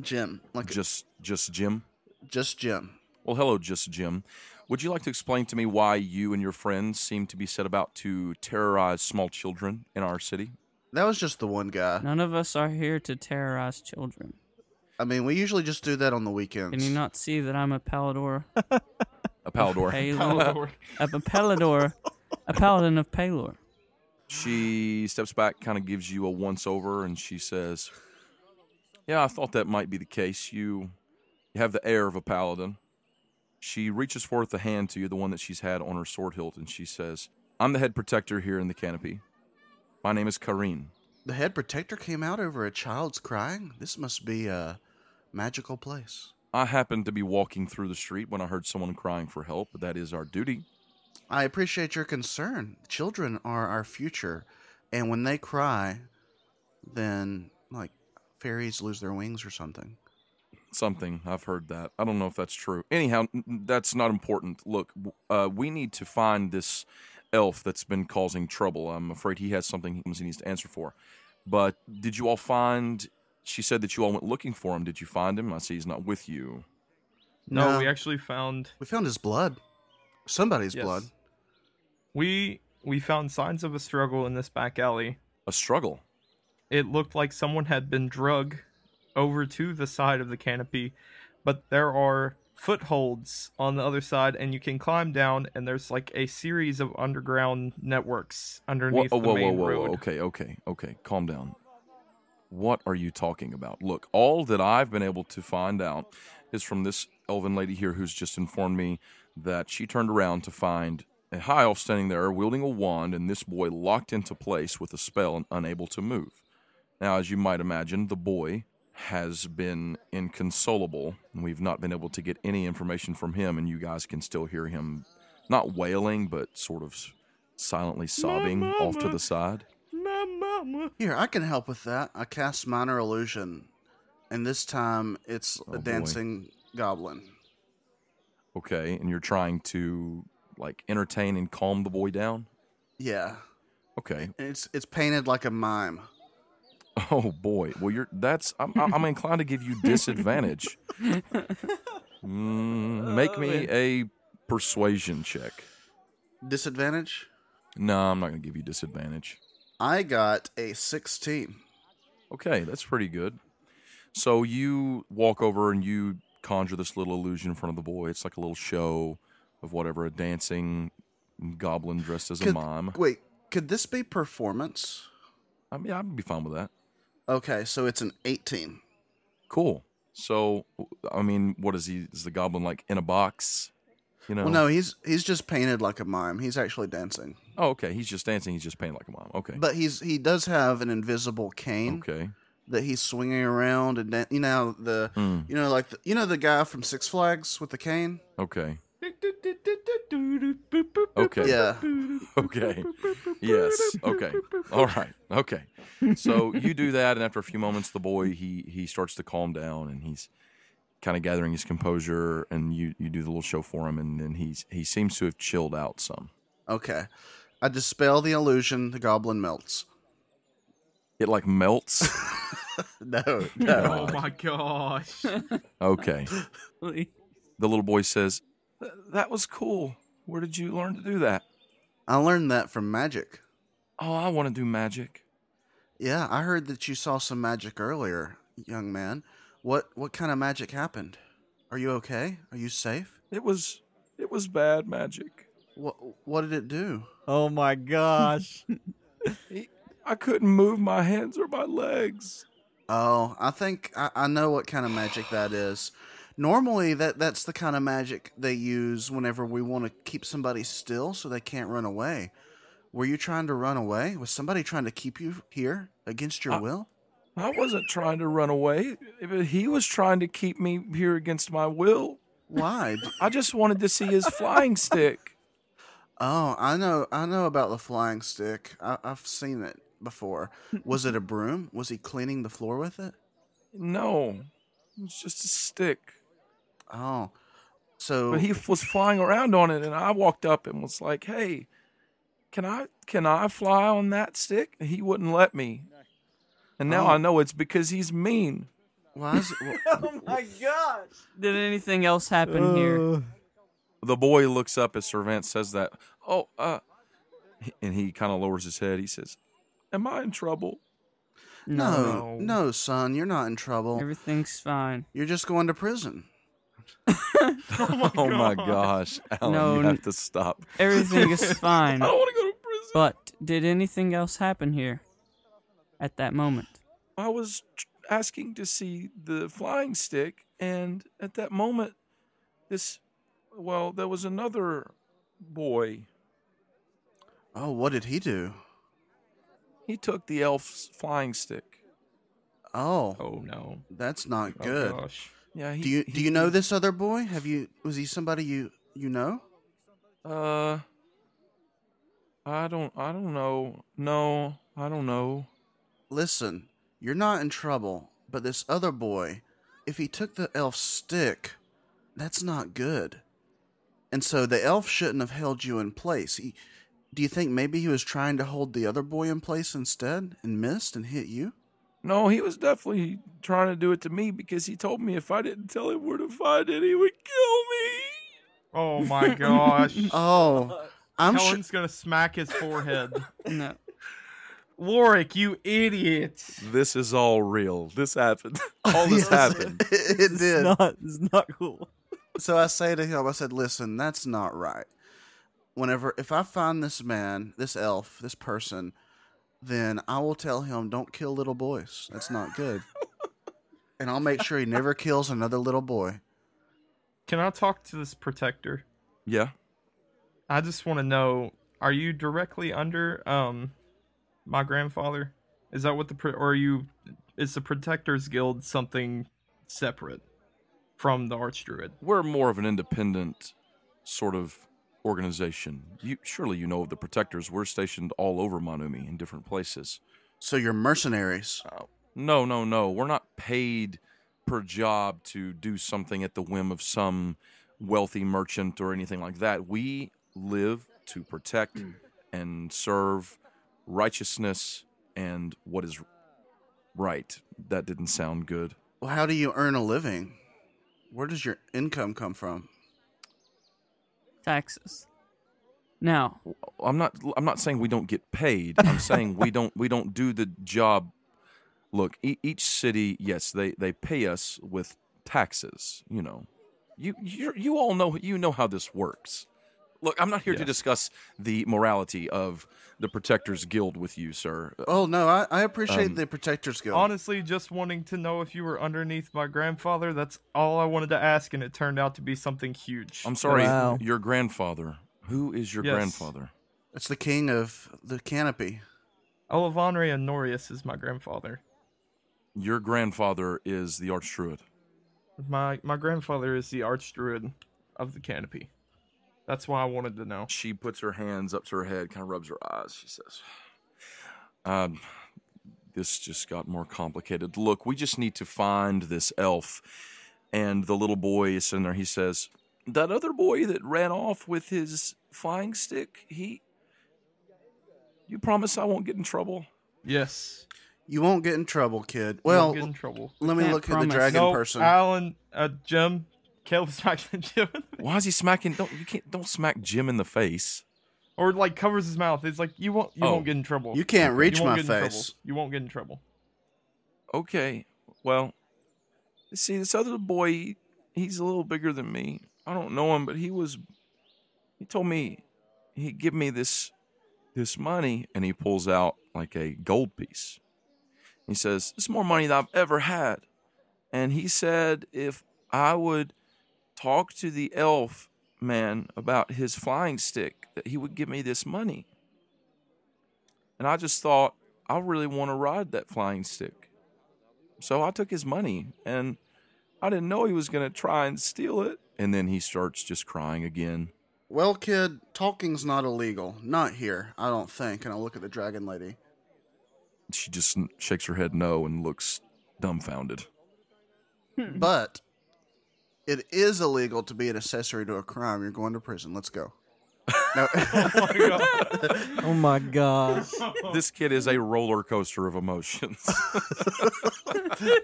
S3: Jim, like just,
S2: Just, just Jim.
S3: Jim.
S2: Well, hello, Just Jim. Would you like to explain to me why you and your friends seem to be set about to terrorize small children in our city?
S3: That was just the one guy.
S1: None of us are here to terrorize children.
S3: I mean, we usually just do that on the weekends.
S1: Can you not see that I'm a Palador?
S2: A Palador.
S1: Palor. I'm a Palador. A Paladin of Palor.
S2: She steps back, kind of gives you a once over, and she says, Yeah, I thought that might be the case. You, you have the air of a paladin. She reaches forth the hand to you, the one that she's had on her sword hilt, and she says, I'm the head protector here in the canopy. My name is Kareen.
S3: The head protector came out over a child's crying. This must be a magical place.
S2: I happened to be walking through the street when I heard someone crying for help. That is our duty.
S3: I appreciate your concern. Children are our future, and when they cry, then like fairies lose their wings or something.
S2: something i've heard that i don't know if that's true anyhow n- n- that's not important look w- uh, we need to find this elf that's been causing trouble i'm afraid he has something he needs to answer for but did you all find she said that you all went looking for him did you find him i see he's not with you
S5: No,
S3: No.
S5: we actually found
S3: We found his blood. Somebody's
S5: Yes.
S3: blood.
S5: we we found signs of a struggle in this back alley.
S2: a struggle
S5: It looked like someone had been drug over to the side of the canopy, but there are footholds on the other side, and you can climb down. And there's like a series of underground networks
S2: whoa
S5: underneath
S2: oh, whoa
S5: the
S2: whoa, whoa
S5: main
S2: whoa
S5: road.
S2: okay okay okay calm down What are you talking about? Look, all that I've been able to find out is from this elven lady here who's just informed me that she turned around to find a high elf standing there wielding a wand and this boy locked into place with a spell and unable to move. Now, as you might imagine, the boy has been inconsolable, and we've not been able to get any information from him, and you guys can still hear him not wailing, but sort of s- silently sobbing off to
S5: mama.
S2: the side.
S5: My mama.
S3: Here, I can help with that. I cast minor illusion, and this time it's
S2: boy.
S3: a dancing goblin.
S2: Okay, and you're trying to like entertain and calm the boy down?
S3: Yeah,
S2: Okay. [laughs]
S3: and it's it's painted like a mime.
S2: Oh boy. Well, you're that's I'm I'm inclined to give you disadvantage. Mm, make me a persuasion check.
S3: Disadvantage.
S2: No, I'm not going to give you disadvantage.
S3: I got a sixteen.
S2: Okay, that's pretty good. So you walk over and you conjure this little illusion in front of the boy. It's like a little show of whatever a dancing goblin dressed as a
S3: Could-
S2: mom.
S3: Wait, could this be performance?
S2: I mean, I'd be fine with that.
S3: Okay, so it's an eighteen.
S2: Cool. So, I mean, what is he? Is the goblin like in a box? You know?
S3: Well, no, he's he's just painted like a mime. He's actually dancing,
S2: Oh, okay. He's just dancing. He's just painted like a mom. Okay.
S3: but he's he does have an invisible cane
S2: okay.
S3: that he's swinging around and dan- you know the
S2: Hmm.
S3: you know like the, you know the guy from Six Flags with the cane. [laughs]
S2: Okay.
S5: Okay.
S3: Yeah.
S2: [laughs] Okay. Yes. Okay. All right. Okay. So you do that, and after a few moments, the boy he he starts to calm down, and he's kind of gathering his composure, and you you do the little show for him, and then he's he seems to have chilled out some.
S3: Okay, I dispel the illusion. The goblin melts. [laughs]
S2: It like melts.
S3: No,
S5: Oh
S3: no.
S2: [laughs]
S5: my gosh.
S3: [laughs]
S2: Okay.
S1: Please.
S2: The little boy says, "Th- "That was cool. Where did you learn to do that?
S3: I learned that from magic.
S2: Oh, I want to do magic.
S3: Yeah, I heard that you saw some magic earlier, young man. What what kind of magic happened? Are you okay? Are you safe?
S2: It was it was bad magic.
S3: What what did it do?
S4: Oh my gosh.
S2: I couldn't move my hands or my legs."
S3: Oh, I think I, I know what kind of magic that is. Normally, that that's the kind of magic they use whenever we want to keep somebody still so they can't run away. Were you trying to run away? Was somebody trying to keep you here against your
S2: I-
S3: will?
S2: I wasn't trying to run away. but He was trying to keep me here against my will.
S3: Why?
S2: I just wanted to see his flying stick.
S3: oh, I know, I know about the flying stick. I, I've seen it before. Was it a broom? Was he cleaning the floor with it?
S2: No, it's just a stick.
S3: Oh, so
S2: But he was flying around on it, and I walked up and was like, "Hey, can I can I fly on that stick?" And he wouldn't let me. And now
S3: Oh.
S2: I know it's because he's mean.
S3: why is it?
S4: oh [laughs] my gosh.
S1: Did anything else happen here?
S4: Uh,
S2: The boy looks up as Servant says that. Oh, uh, and he kind of lowers his head. He says, "Am I in trouble?"
S3: No,
S5: No.
S3: no, son, you're not in trouble.
S1: Everything's fine.
S3: You're just going to prison.
S2: [laughs] [laughs] Oh my gosh, Alan,
S1: No,
S2: you
S1: n-
S2: have to stop.
S1: Everything is fine.
S2: I don't want to go to prison.
S1: But did anything else happen here at that moment?
S2: I was tr- asking to see the flying stick, and at that moment, this, well, there was another boy.
S3: Oh, what did he do?
S2: He took the elf's flying stick.
S3: Oh,
S5: Oh no.
S3: that's not
S5: Oh,
S3: good.
S5: gosh.
S2: Yeah. He,
S3: do you
S2: he-
S3: do you know this other boy? Have you was he somebody you you know?
S2: Uh, I don't. I don't know. No, I don't know.
S3: Listen, you're not in trouble, but this other boy, if he took the elf's stick, that's not good. And so the elf shouldn't have held you in place. He, do you think maybe he was trying to hold the other boy in place instead and missed and hit you?
S2: No, he was definitely trying to do it to me because he told me if I didn't tell him where to find it, he would kill me.
S5: Oh my
S2: [laughs]
S5: gosh.
S3: Oh, [laughs] I'm sure.
S5: Helen's gonna smack his forehead.
S1: No.
S5: Lorik, you idiot.
S2: This is all real. This happened. All
S3: [laughs] Yes,
S2: this happened.
S3: It,
S4: it's
S3: did.
S4: not it's not cool.
S3: So I say to him, I said, listen, that's not right. Whenever, if I find this man, this elf, this person, then I will tell him, don't kill little boys. That's not good. and I'll make sure he never kills another little boy.
S5: Can I talk to this protector?
S2: Yeah.
S5: I just want to know: Are you directly under um my grandfather? Is that what the pro- or are you? Is the Protectors Guild something separate from the Archdruid?
S2: We're more of an independent sort of organization. You surely you know of the protectors. We're stationed all over Manumi in different places.
S3: So you're mercenaries.
S2: No, no, no. We're not paid per job to do something at the whim of some wealthy merchant or anything like that. We live to protect and serve righteousness and what is right. That didn't sound good.
S3: Well, how do you earn a living? Where does your income come from?
S1: Taxes. Now,
S2: I'm not I'm not saying we don't get paid.
S5: [laughs]
S2: I'm saying we don't we don't do the job. Look, e- each city, yes, they they pay us with taxes, you know. You you you all know you know how this works. Look, I'm not here to
S5: Yes.
S2: discuss the morality of the Protectors Guild with you, sir. Uh,
S3: Oh no, I, I appreciate
S2: Um,
S3: the Protector's Guild.
S5: Honestly, just wanting to know if you were underneath my grandfather. That's all I wanted to ask, and it turned out to be something huge.
S2: I'm sorry,
S4: Wow.
S2: your grandfather. Who is your
S5: Yes.
S2: grandfather?
S3: it's the king of the canopy.
S5: Olivandre Honorius is my grandfather.
S2: Your grandfather is the Archdruid.
S5: My my grandfather is the Archdruid of the Canopy. That's why I wanted to know.
S2: She puts her hands up to her head, kind of rubs her eyes. She says, um, This just got more complicated. Look, we just need to find this elf. And the little boy is sitting there. He says, That other boy that ran off with his flying stick, he. You promise I won't get in trouble?
S5: Yes.
S3: You won't get in trouble, kid.
S5: you won't
S3: Well,
S5: get in trouble.
S3: let me
S1: Can't
S3: look at the
S1: promise.
S3: dragon
S5: No,
S3: person.
S5: Alan, uh, Jim, Caleb's not [laughs] gonna do it.
S2: Why is he smacking? Don't you can't don't smack Jim in the face.
S5: Or like covers his mouth. It's like you won't you
S2: Oh.
S5: won't get in trouble.
S3: you can't reach
S5: won't
S3: my
S5: get in trouble.
S3: face.
S5: You won't get in trouble.
S2: Okay, well, see this other boy. he- He's a little bigger than me. I don't know him, but he was. He told me he'd give me this this money, and he pulls out like a gold piece. He says, "It's more money than I've ever had," and he said if I would talk to the elf man about his flying stick, that he would give me this money. And I just thought, I really want to ride that flying stick. So I took his money and I didn't know he was going to try and steal it. And then he starts just crying again.
S3: Well, kid, talking's not illegal. Not here, I don't think. And I look at the dragon lady.
S2: She just n- shakes her head no and looks [laughs] dumbfounded.
S3: But it is illegal to be an accessory to a crime. You're going to prison. Let's go. No.
S4: [laughs]
S3: [laughs]
S4: Oh my gosh.
S2: This kid is a roller coaster of [laughs] emotions.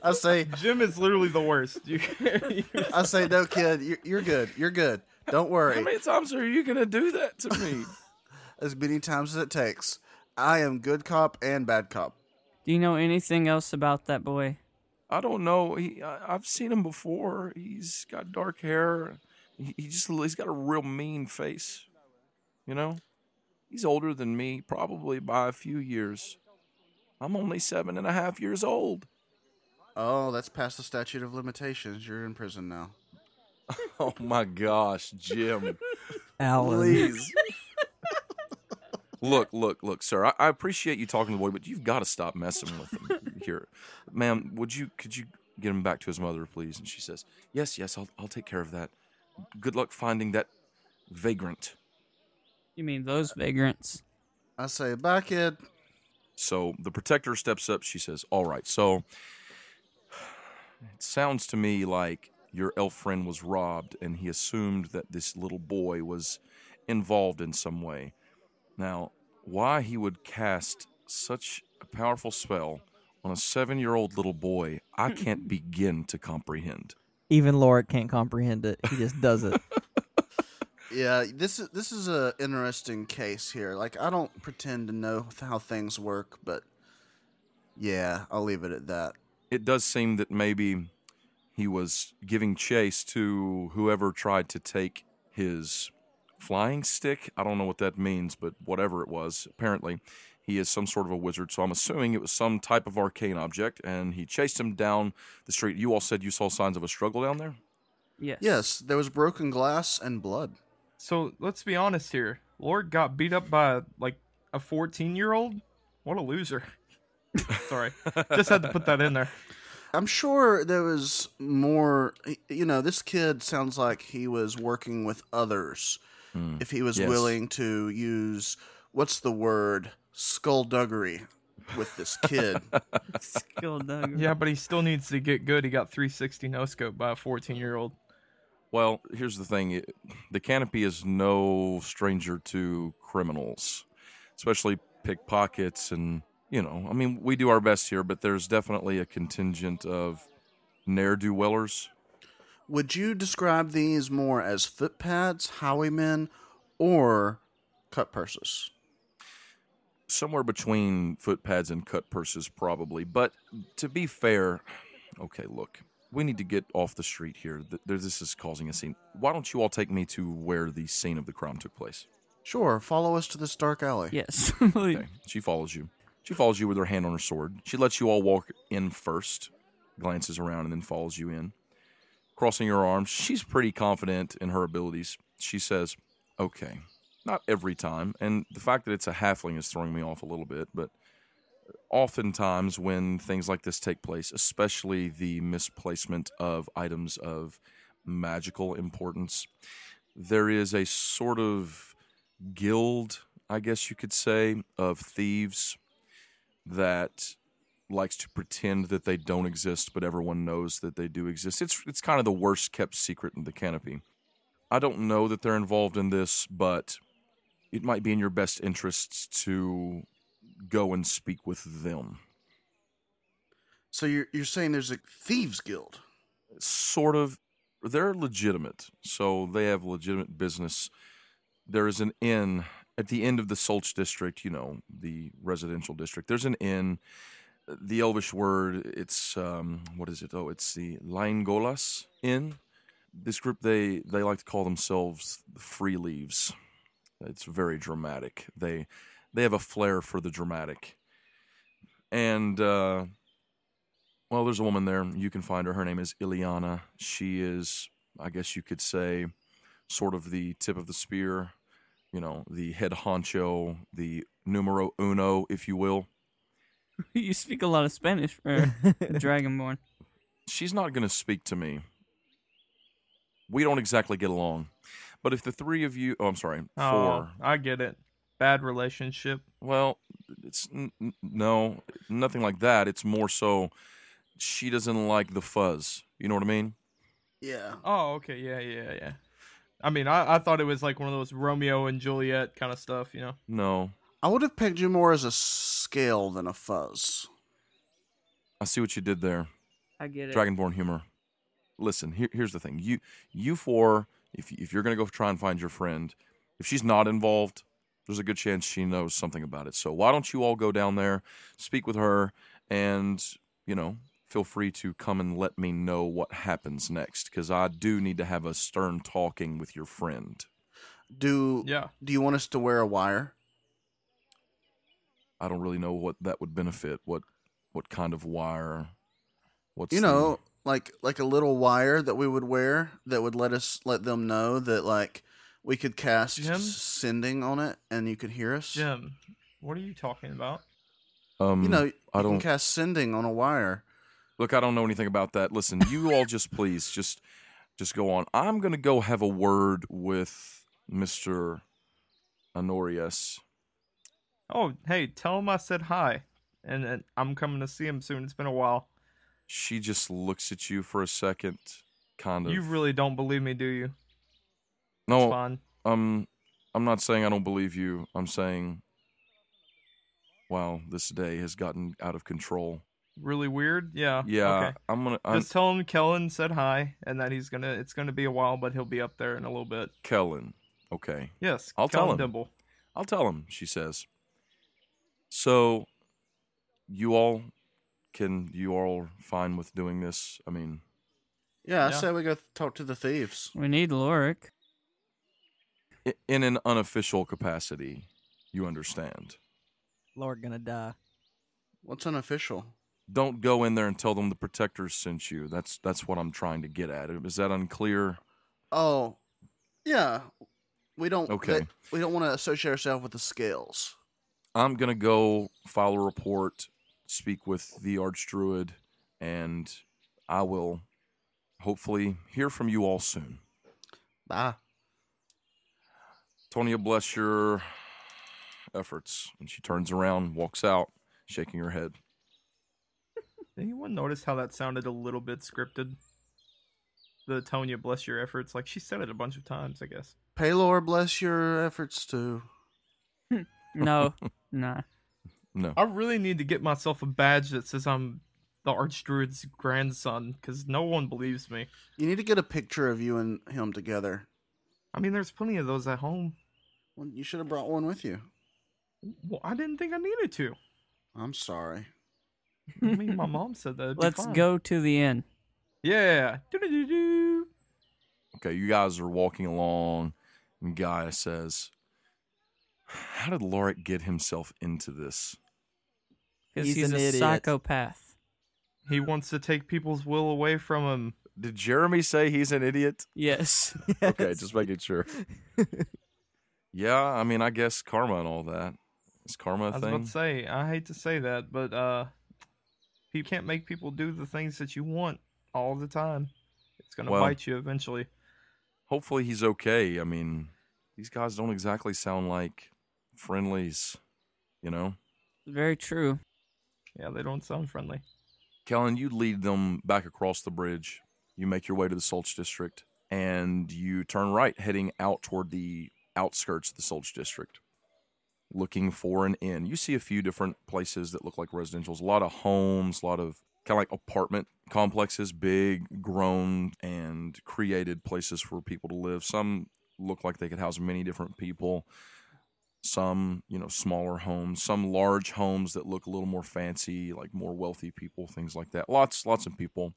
S3: I say,
S5: [laughs] Jim is literally the worst. [laughs] You,
S3: I say, no, kid, you're, you're good. You're good. Don't
S2: How
S3: worry.
S2: many times are you going to do that to me?
S3: As many times as it takes. I am good cop and bad cop.
S1: do you know anything else about that boy?
S2: [laughs] I don't know. He, I, I've seen him before. He's got dark hair. He, he just he's got a real mean face. You know, he's older than me, probably by a few years. I'm only seven and a half years old.
S3: Oh, that's past the statute of limitations. You're in prison now.
S2: Oh my gosh, Jim!
S4: Alan.
S2: Please. look, look, look, sir. I, I appreciate you talking to the boy, but you've got to stop messing with him. Here, ma'am, would you could you get him back to his mother, please? And she says, "Yes, yes, I'll I'll take care of that. Good luck finding that vagrant."
S1: You mean those vagrants?
S3: I say, bye, kid.
S2: So the protector steps up. She says, All right, so it sounds to me like your elf friend was robbed and he assumed that this little boy was involved in some way. Now, why he would cast such a powerful spell on a seven year old little boy, I can't begin to comprehend.
S4: Even Lorik can't comprehend it. He just does it.
S3: Yeah, this is this is a interesting case here. Like, I don't pretend to know how things work, but yeah, I'll leave it at that.
S2: It does seem that maybe he was giving chase to whoever tried to take his flying stick. I don't know what that means, but whatever it was, apparently He is some sort of a wizard, so I'm assuming it was some type of arcane object, and he chased him down the street. You all said you saw signs of a struggle down there?
S1: Yes. [laughs]
S3: Yes, there was broken glass and blood.
S5: So let's be honest here. Lord got beat up by like a 14 year old. What a loser. [laughs] Sorry. Just had to put that in there.
S3: I'm sure there was more. You know, this kid sounds like he was working with others.
S2: Hmm.
S3: If he was
S2: Yes.
S3: willing to use what's the word skullduggery with this kid,
S1: Skill dog.
S5: Yeah, but he still needs to get good. He got 360 no scope by a 14 year old.
S2: Well, here's the thing it, the canopy is no stranger to criminals, especially pickpockets. And, you know, I mean, we do our best here, but there's definitely a contingent of ne'er do wellers.
S3: would you describe these more as footpads, highwaymen, or cut purses?
S2: somewhere between footpads and cut purses, probably. But to be fair, okay, look, we need to get off the street here. Th- there- This is causing a scene. Why don't you all take me to where the scene of the crime took place?
S3: Sure, follow us to this dark alley.
S1: Yes. [laughs] Like,
S2: Okay, she follows you. She follows you with her hand on her sword. She lets you all walk in first, glances around, and then follows you in. Crossing her arms, she's pretty confident in her abilities. She says, Okay, not every time. And the fact that it's a halfling is throwing me off a little bit, but oftentimes when things like this take place, especially the misplacement of items of magical importance, there is a sort of guild, I guess you could say, of thieves that likes to pretend that they don't exist, but everyone knows that they do exist. It's it's kind of the worst kept secret in the canopy. I don't know that they're involved in this, but it might be in your best interests to go and speak with them.
S3: So you're you're saying there's a thieves guild?
S2: sort of they're legitimate so they have legitimate business there is an inn at the end of the Sulch district you know the residential district there's an inn the elvish word it's um, what is it oh it's the Laingolas inn this group they they like to call themselves the free leaves it's very dramatic they they have a flair for the dramatic and uh well, there's a woman there. You can find her. Her name is Ileana. She is, I guess you could say, sort of the tip of the spear, you know, the head honcho, the numero uno, if you will.
S1: [laughs] you speak a lot of Spanish for a Dragonborn.
S2: She's not going to speak to me. We don't exactly get along. But if the three of you, oh, I'm sorry, four.
S5: Oh, I get it. Bad relationship.
S2: Well, it's n- n- no, nothing like that. It's more so she doesn't like the fuzz. You know what I mean?
S3: Yeah.
S5: Oh, okay. Yeah, yeah, yeah. I mean, I, I thought it was like one of those Romeo and Juliet kind of stuff, you know?
S2: No.
S3: I would have pegged you more as a scale than a fuzz.
S2: I see what you did there.
S1: I get it.
S2: Dragonborn humor. Listen, here, here's the thing. You you four, if if you're gonna go try and find your friend, if she's not involved, there's a good chance she knows something about it. So why don't you all go down there, speak with her, and you know, feel free to come and let me know what happens next, because I do need to have a stern talking with your friend.
S3: Do
S5: Yeah.
S3: do you want us to wear a wire?
S2: I don't really know what that would benefit. What what kind of wire? What's
S3: you
S2: the-
S3: know, like like a little wire that we would wear that would let us let them know that like we could cast
S5: Jim?
S3: s- sending on it and you could hear us.
S5: Jim, what are you talking about?
S2: um,
S3: You know,
S2: I
S3: you
S2: don't-
S3: can cast sending on a wire.
S2: Look, I don't know anything about that. Listen, you all just please just just go on. I'm going to go have a word with Mr. Honorius.
S5: Oh, hey, tell him I said hi. And, and I'm coming to see him soon. It's been a while.
S2: She just looks at you for a second kind of
S5: You really don't believe me, do you? It's
S2: No,
S5: fine.
S2: um I'm not saying I don't believe you. I'm saying wow, this day has gotten out of control.
S5: Really weird? Yeah.
S2: Yeah,
S5: Uh, Okay.
S2: I'm going to
S5: Just tell him Kellen said hi and that he's gonna it's gonna be a while, but he'll be up there in a little bit.
S2: Kellen. Okay.
S5: Yes.
S2: I'll tell
S5: Kellen
S2: him.
S5: Dimble.
S2: I'll tell him, she says. So you all can you all fine with doing this? I mean,
S3: Yeah, I
S5: Yeah.
S3: say we go talk to the thieves.
S1: We need Lorik.
S2: i- in an unofficial capacity, you understand.
S4: [laughs] Lord gonna die.
S3: What's unofficial?
S2: Don't go in there and tell them the protectors sent you. That's that's what I'm trying to get at. Is that unclear?
S3: Oh, yeah. We don't.
S2: Okay.
S3: they- we don't want to associate ourselves with the scales.
S2: I'm gonna go file a report, speak with the Archdruid, and I will hopefully hear from you all soon.
S3: Bye.
S2: Tonya, bless your efforts. And she turns around, walks out, shaking her head.
S5: Anyone notice how that sounded a little bit scripted? The Tonya, bless your efforts. Like she said it a bunch of times, I guess.
S3: Paylor, bless your efforts too.
S2: [laughs]
S1: No, nah.
S2: No.
S5: I really need to get myself a badge that says I'm the Archdruid's grandson because no one believes me.
S3: You need to get a picture of you and him together.
S5: I mean, there's plenty of those at home.
S3: Well, you should have brought one with you.
S5: Well, I didn't think I needed to.
S3: I'm sorry.
S5: I
S1: [laughs]
S5: mean, my mom said that. it'd be
S1: Let's
S5: fine.
S1: go to the inn.
S5: Yeah. Doo-doo-doo-doo.
S2: Okay, you guys are walking along, and Guy says, How did Lorik get himself into this?
S1: Because
S4: He's
S1: he's,
S4: an
S1: a
S4: idiot.
S1: psychopath.
S5: He wants to take people's will away from him.
S2: Did Jeremy say he's an
S5: [laughs]
S2: idiot?
S1: Yes.
S4: [laughs]
S2: Okay, just making sure. yeah, I mean, I guess karma and all that. Is karma
S5: I
S2: a
S5: was
S2: thing?
S5: about to say, I hate to say that, but uh, you can't make people do the things that you want all the time. It's gonna
S2: Well-
S5: bite you eventually.
S2: Hopefully, he's okay. I mean, these guys don't exactly sound like friendlies, you know?
S1: Very true.
S5: Yeah, they don't sound friendly.
S2: Kellen, you lead them back across the bridge. You make your way to the Sulch District and you turn right, heading out toward the outskirts of the Sulch District, looking for an inn. You see a few different places that look like residentials, a lot of homes, a lot of kind of like apartment complexes, big, grown, and created places for people to live. Some look like they could house many different people. Some, you know, smaller homes, some large homes that look a little more fancy, like more wealthy people, things like that. Lots, lots of people.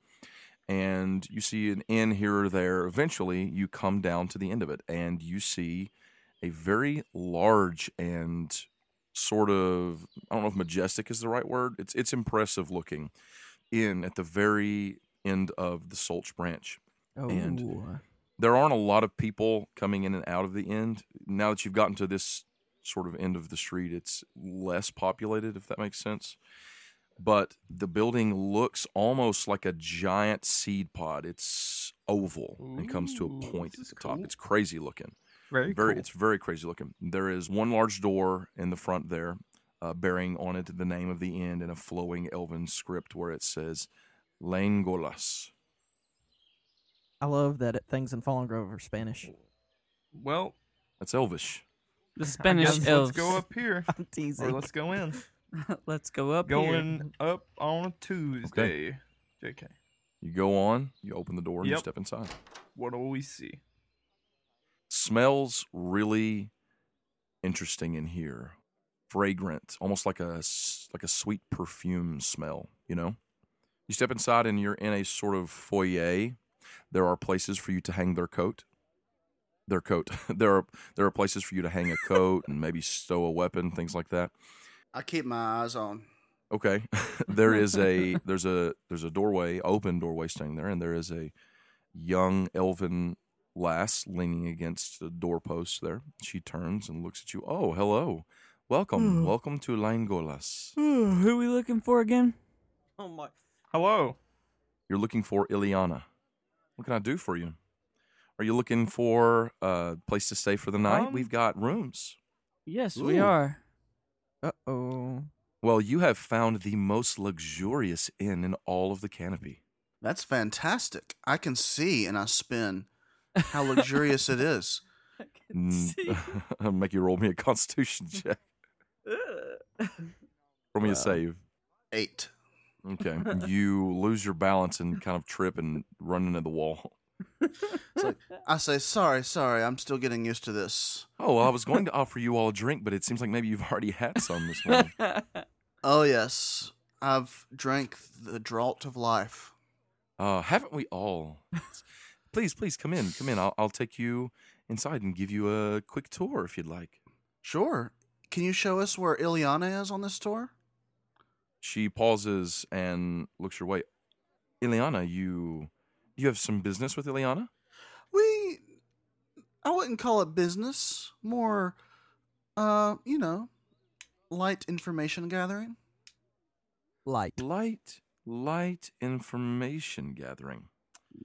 S2: And you see an inn here or there. Eventually, you come down to the end of it and you see a very large and sort of, I don't know if majestic is the right word. It's, it's impressive looking inn at the very end of the Solch branch
S4: Oh,
S2: And- there aren't a lot of people coming in and out of the end. Now that you've gotten to this sort of end of the street, it's less populated, if that makes sense. But the building looks almost like a giant seed pod. It's oval and comes to
S5: Ooh,
S2: a point
S5: this
S2: at
S5: is
S2: the top.
S5: cool.
S2: It's crazy looking.
S5: Very,
S2: very
S5: cool.
S2: it's very crazy looking. There is one large door in the front there, uh, bearing on it the name of the inn in a flowing elven script where it says Langolas.
S4: I love that it, things in Fallen Grove are Spanish. [laughs]
S5: well.
S2: That's Elvish.
S1: The
S5: I
S1: Spanish
S5: guess
S1: elves.
S5: let's go up here,
S4: I'm
S5: or
S4: teasing. [sighs]
S5: let's go in.
S1: up, [laughs] let's go up here.
S5: Going up on a Tuesday. JK,
S2: You go on, you open the door, and you
S5: Yep.
S2: step inside.
S5: what do we see?
S2: Smells really interesting in here, fragrant, almost like a s- like a sweet perfume smell. You know, you step inside and you're in a sort of foyer. There are places for you to hang their coat, their coat. [laughs] there are there are places for you to hang a coat and maybe stow a weapon, things like that.
S3: I keep my eyes on.
S2: Okay. [laughs] there is a there's a there's a doorway, open doorway standing there, and there is a young elven lass leaning against the doorpost there. She turns and looks at you. Oh, hello. Welcome.
S1: Hmm.
S2: Welcome to Langolas.
S1: Ooh, who are we looking for again?
S4: oh my!
S5: Hello.
S2: You're looking for Iliana. What can I do for you? Are you looking for a place to stay for the night?
S5: Um,
S2: We've got rooms.
S1: Yes, we
S3: Ooh.
S1: are.
S4: Uh oh!
S2: Well, you have found the most luxurious inn in all of the canopy.
S3: That's fantastic. I can see and I spin how luxurious it is.
S1: I can [laughs]
S2: [laughs]
S1: see.
S2: Mm, Make you roll me
S1: [laughs]
S2: a constitution check. Roll me
S4: Wow.
S2: a [laughs] save.
S3: Eight.
S2: Okay. you lose your balance and kind of trip and run into the wall.
S3: I say, sorry, sorry, I'm still getting used to this.
S2: Oh, well, I was going to offer you all a drink, but it seems like maybe you've already had some this morning. [laughs]
S3: Oh, yes. I've drank the draught of life.
S2: Uh, haven't we all? Please, please come in. Come in. I'll, I'll take you inside and give you a quick tour if you'd like.
S3: Sure. Can you show us where Ileana is on this tour?
S2: She pauses and looks your way. Ileana, you you have some business with Ileana?
S3: We, I wouldn't call it business. More, uh, you know, light information gathering.
S4: Light.
S2: Light, light information gathering.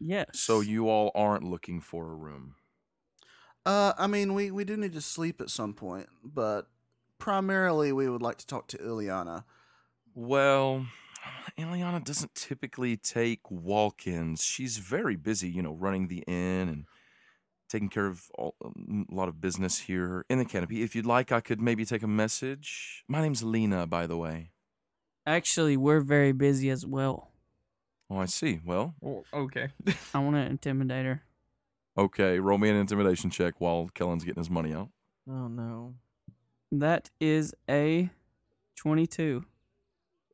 S1: Yes.
S2: So you all aren't looking for a room.
S3: Uh, I mean, we we do need to sleep at some point, but primarily we would like to talk to Ileana.
S2: Well, Ileana doesn't typically take walk-ins. She's very busy, you know, running the inn and taking care of all, um, a lot of business here in the canopy. If you'd like, I could maybe take a message. My name's Lena, by the way.
S1: actually, we're very busy as well.
S2: Oh, I see. Well,
S5: Well, okay.
S1: I want to intimidate her.
S2: okay. Roll me an intimidation check while Kellen's getting his money out.
S4: Oh no.
S1: That is a twenty-two.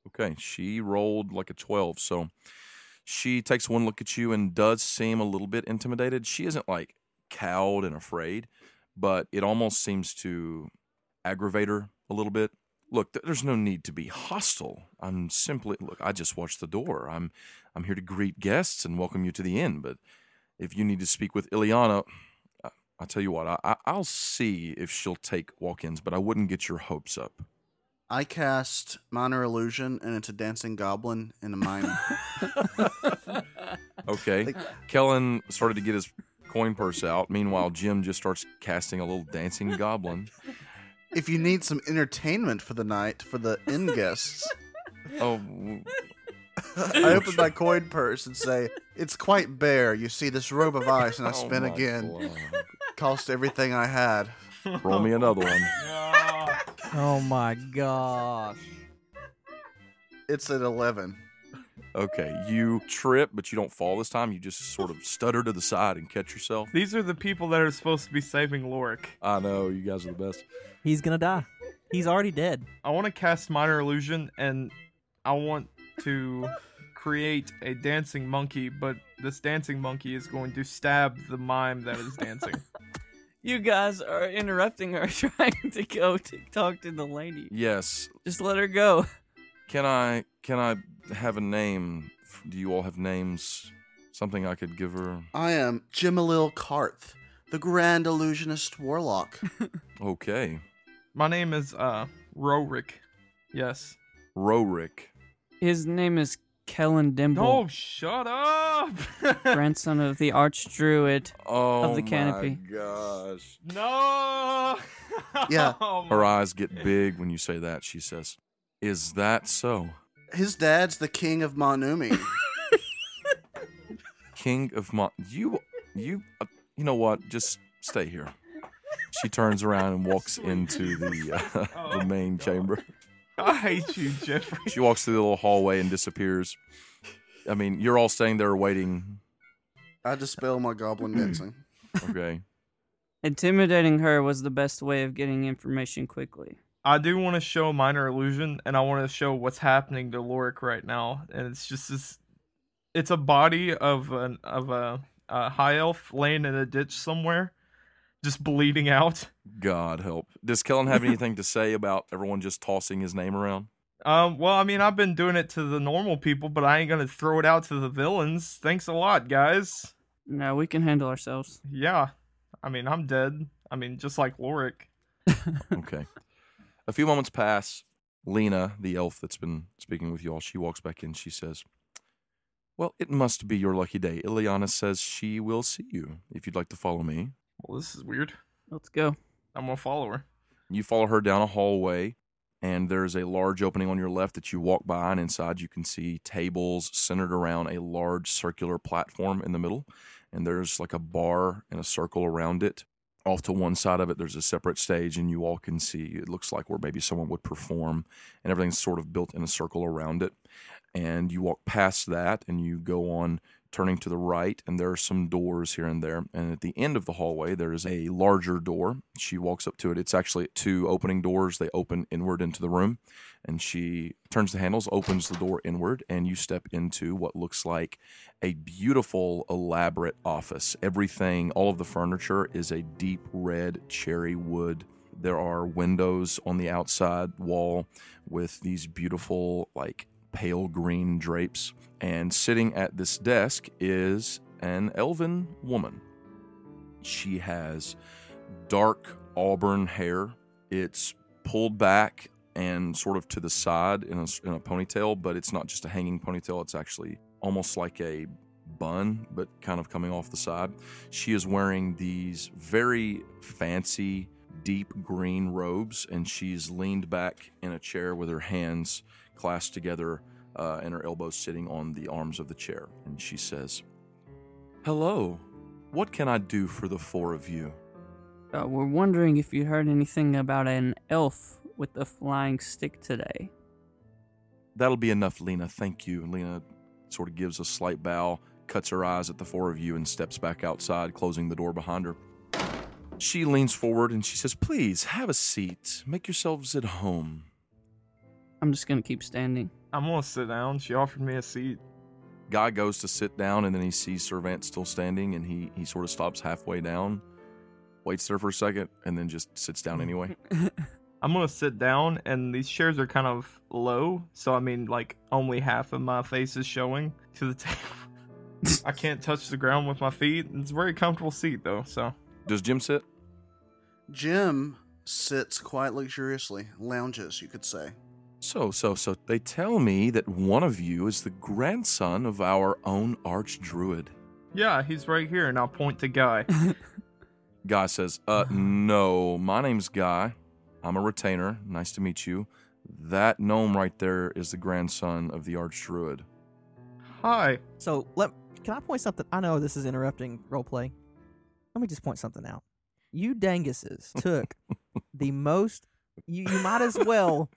S2: Okay, she rolled like a 12. So she takes one look at you and does seem a little bit intimidated. She isn't like cowed and afraid, but it almost seems to aggravate her a little bit. Look, th- there's no need to be hostile. I'm simply look, I just watched the door. I'm I'm here to greet guests and welcome you to the inn, but if you need to speak with Ileana, I, I tell you what, I, I, I'll see if she'll take walk-ins, but I wouldn't get your hopes up.
S3: I cast minor illusion, and it's a dancing goblin in a mime.
S2: Okay. Kellen started to get his coin purse out. Meanwhile, Jim just starts casting a little dancing
S3: [laughs]
S2: goblin.
S3: if you need some entertainment for the night for the in guests,
S2: Oh, w-
S3: I open my coin purse and say, "It's quite bare. You see this robe of ice, and I
S2: oh
S3: spin
S2: my
S3: again. [laughs]
S2: God.
S3: Cost everything I had."
S2: Roll
S3: Oh.
S2: me
S5: [laughs]
S2: another one.
S5: Yeah.
S4: Oh my gosh.
S3: It's at eleven.
S2: Okay, you trip, but you don't fall this time. You just sort of stutter to the side and catch yourself.
S5: These are the people that are supposed to be saving Lorik.
S2: I know you guys are the best.
S4: He's gonna die. He's already dead.
S5: I want to cast Minor Illusion and I want to create a dancing monkey, but this dancing monkey is going to stab the mime that is dancing.
S1: You guys are interrupting her, [laughs] trying to go to talk to the lady.
S2: Yes.
S1: Just let her go.
S2: Can I? Can I have a name? Do you all have names? Something I could give her.
S3: I am Jimalil Karth, the Grand Illusionist Warlock.
S2: Okay,
S5: My name is uh Rorik. Yes.
S2: Rorik.
S1: His name is Kellen
S5: No,
S1: Dimble,
S5: shut up. [laughs]
S1: grandson of the archdruid.
S2: Oh
S1: the canopy.
S2: my gosh.
S5: no.
S3: Yeah.
S5: [laughs] Oh my-
S2: Her eyes get big when you say that, she says. Is that so?
S3: His dad's the King of Manumi.
S2: King of Mon you you uh, you know what? Just stay here. She turns around and walks into the uh, the main chamber.
S5: I hate you, Jeffrey.
S2: She walks through the little hallway and disappears. I mean, you're all staying there waiting.
S3: I dispel my goblin dancing.
S2: Okay.
S1: Intimidating her was the best way of getting information quickly.
S5: I do want to show minor illusion, and I want to show what's happening to Lorik right now, and it's just this. It's a body of an of a, a high elf laying in a ditch somewhere, just bleeding out.
S2: God help. Does Kellen have anything to say about everyone just tossing his name around?
S5: Um, well, I mean, I've been doing it to the normal people, but I ain't gonna throw it out to the villains. Thanks a lot, guys.
S1: No, we can handle ourselves.
S5: Yeah, I mean, I'm dead. I mean, just like Lorik.
S2: Okay. A few moments pass. Lena, the elf that's been speaking with you all, she walks back in. She says, Well, it must be your lucky day. Ileana says she will see you if you'd like to follow me.
S5: Well, this is weird.
S1: Let's go.
S5: I'm gonna follow her.
S2: You follow her down a hallway, and there's a large opening on your left that you walk by, and inside you can see tables centered around a large circular platform in the middle. And there's like a bar and a circle around it. Off to one side of it, there's a separate stage, and you all can see it looks like where maybe someone would perform, and everything's sort of built in a circle around it. And you walk past that, and you go on turning to the right, and there are some doors here and there. And at the end of the hallway, there is a larger door. She walks up to it. It's actually two opening doors. They open inward into the room, and she turns the handles, opens the door inward, and you step into what looks like a beautiful, elaborate office. Everything, all of the furniture is a deep red cherry wood There are windows on the outside wall with these beautiful, like pale green drapes. And sitting at this desk is an elven woman. She has dark auburn hair. It's pulled back and sort of to the side in a, s- in a ponytail, but it's not just a hanging ponytail. It's actually almost like a bun, but kind of coming off the side. She is wearing these very fancy, deep green robes, and she's leaned back in a chair with her hands clasped together uh, and her elbows sitting on the arms of the chair. And she says, Hello, what can I do for the four of you?
S1: Uh, we're wondering if you heard anything about an elf with a flying stick today.
S2: That'll be enough, Lena. Thank you. And Lena sort of gives a slight bow, cuts her eyes at the four of you, and steps back outside, closing the door behind her. She leans forward and she says, Please have a seat. Make yourselves at home.
S1: I'm just gonna keep standing. [laughs]
S5: I'm gonna sit down. She offered me a seat.
S2: Guy goes to sit down and then he sees Servant still standing and he, he sort of stops halfway down, waits there for a second, and then just sits down anyway.
S5: I'm gonna sit down, and these chairs are kind of low, so I mean, like only half of my face is showing to the [laughs] table. I can't touch the ground with my feet. It's a very comfortable seat though, so
S2: Does Jim sit?
S3: Jim sits quite luxuriously, lounges, you could say.
S2: So, so, so, they tell me that one of you is the grandson of our own archdruid.
S5: yeah, he's right here, and I'll point to Guy.
S2: Guy says, "Uh, no, my name's Guy. I'm a retainer. Nice to meet you. That gnome right there is the grandson of the archdruid.
S5: Hi. [laughs]
S4: So let can I point something? I know this is interrupting role play. Let me just point something out. You [laughs] danguses took the most. You you might as well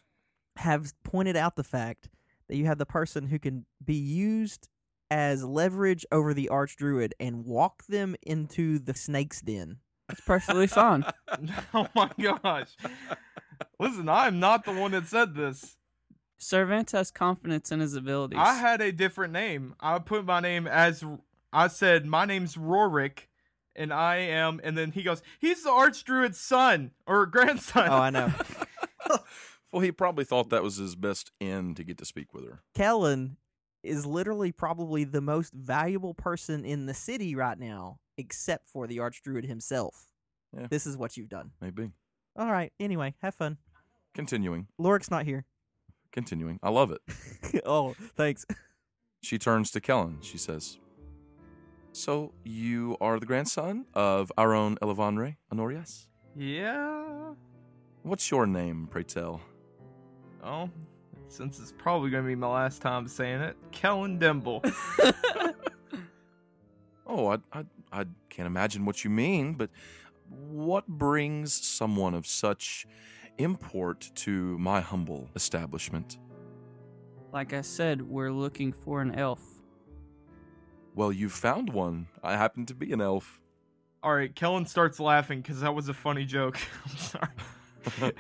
S4: have pointed out the fact that you have the person who can be used as leverage over the archdruid and walk them into the snake's den.
S1: It's perfectly fine.
S5: oh my gosh. Listen, I am not the one that said this.
S1: Servant has confidence in his abilities.
S5: I had a different name. I put my name as I said, my name's Rorik, and I am. And then he goes, he's the archdruid's son or [laughs] grandson.
S4: [laughs] Oh, I know.
S2: [laughs] Well, he probably thought that was his best end to get to speak with her.
S4: [laughs] Kellen is literally probably the most valuable person in the city right now, except for the archdruid himself.
S2: Yeah.
S4: This is what you've done.
S2: Maybe.
S4: All right. Anyway, have fun.
S2: Continuing,
S4: Lorik's not here. [laughs]
S2: continuing. I love it.
S4: oh, thanks.
S2: She turns to Kellen. She says, "So you are the grandson of our own Elevandre Honorias.
S5: yeah.
S2: What's your name, pray tell?"
S5: Oh, since it's probably gonna be my last time saying it, Kellen Dimble.
S2: Oh, I, I, I can't imagine what you mean, but what brings someone of such import to my humble establishment?
S1: like I said, we're looking for an elf.
S2: Well, you found one. I happen to be an elf.
S5: All right, Kellen starts laughing because that was a funny joke. [laughs] I'm sorry.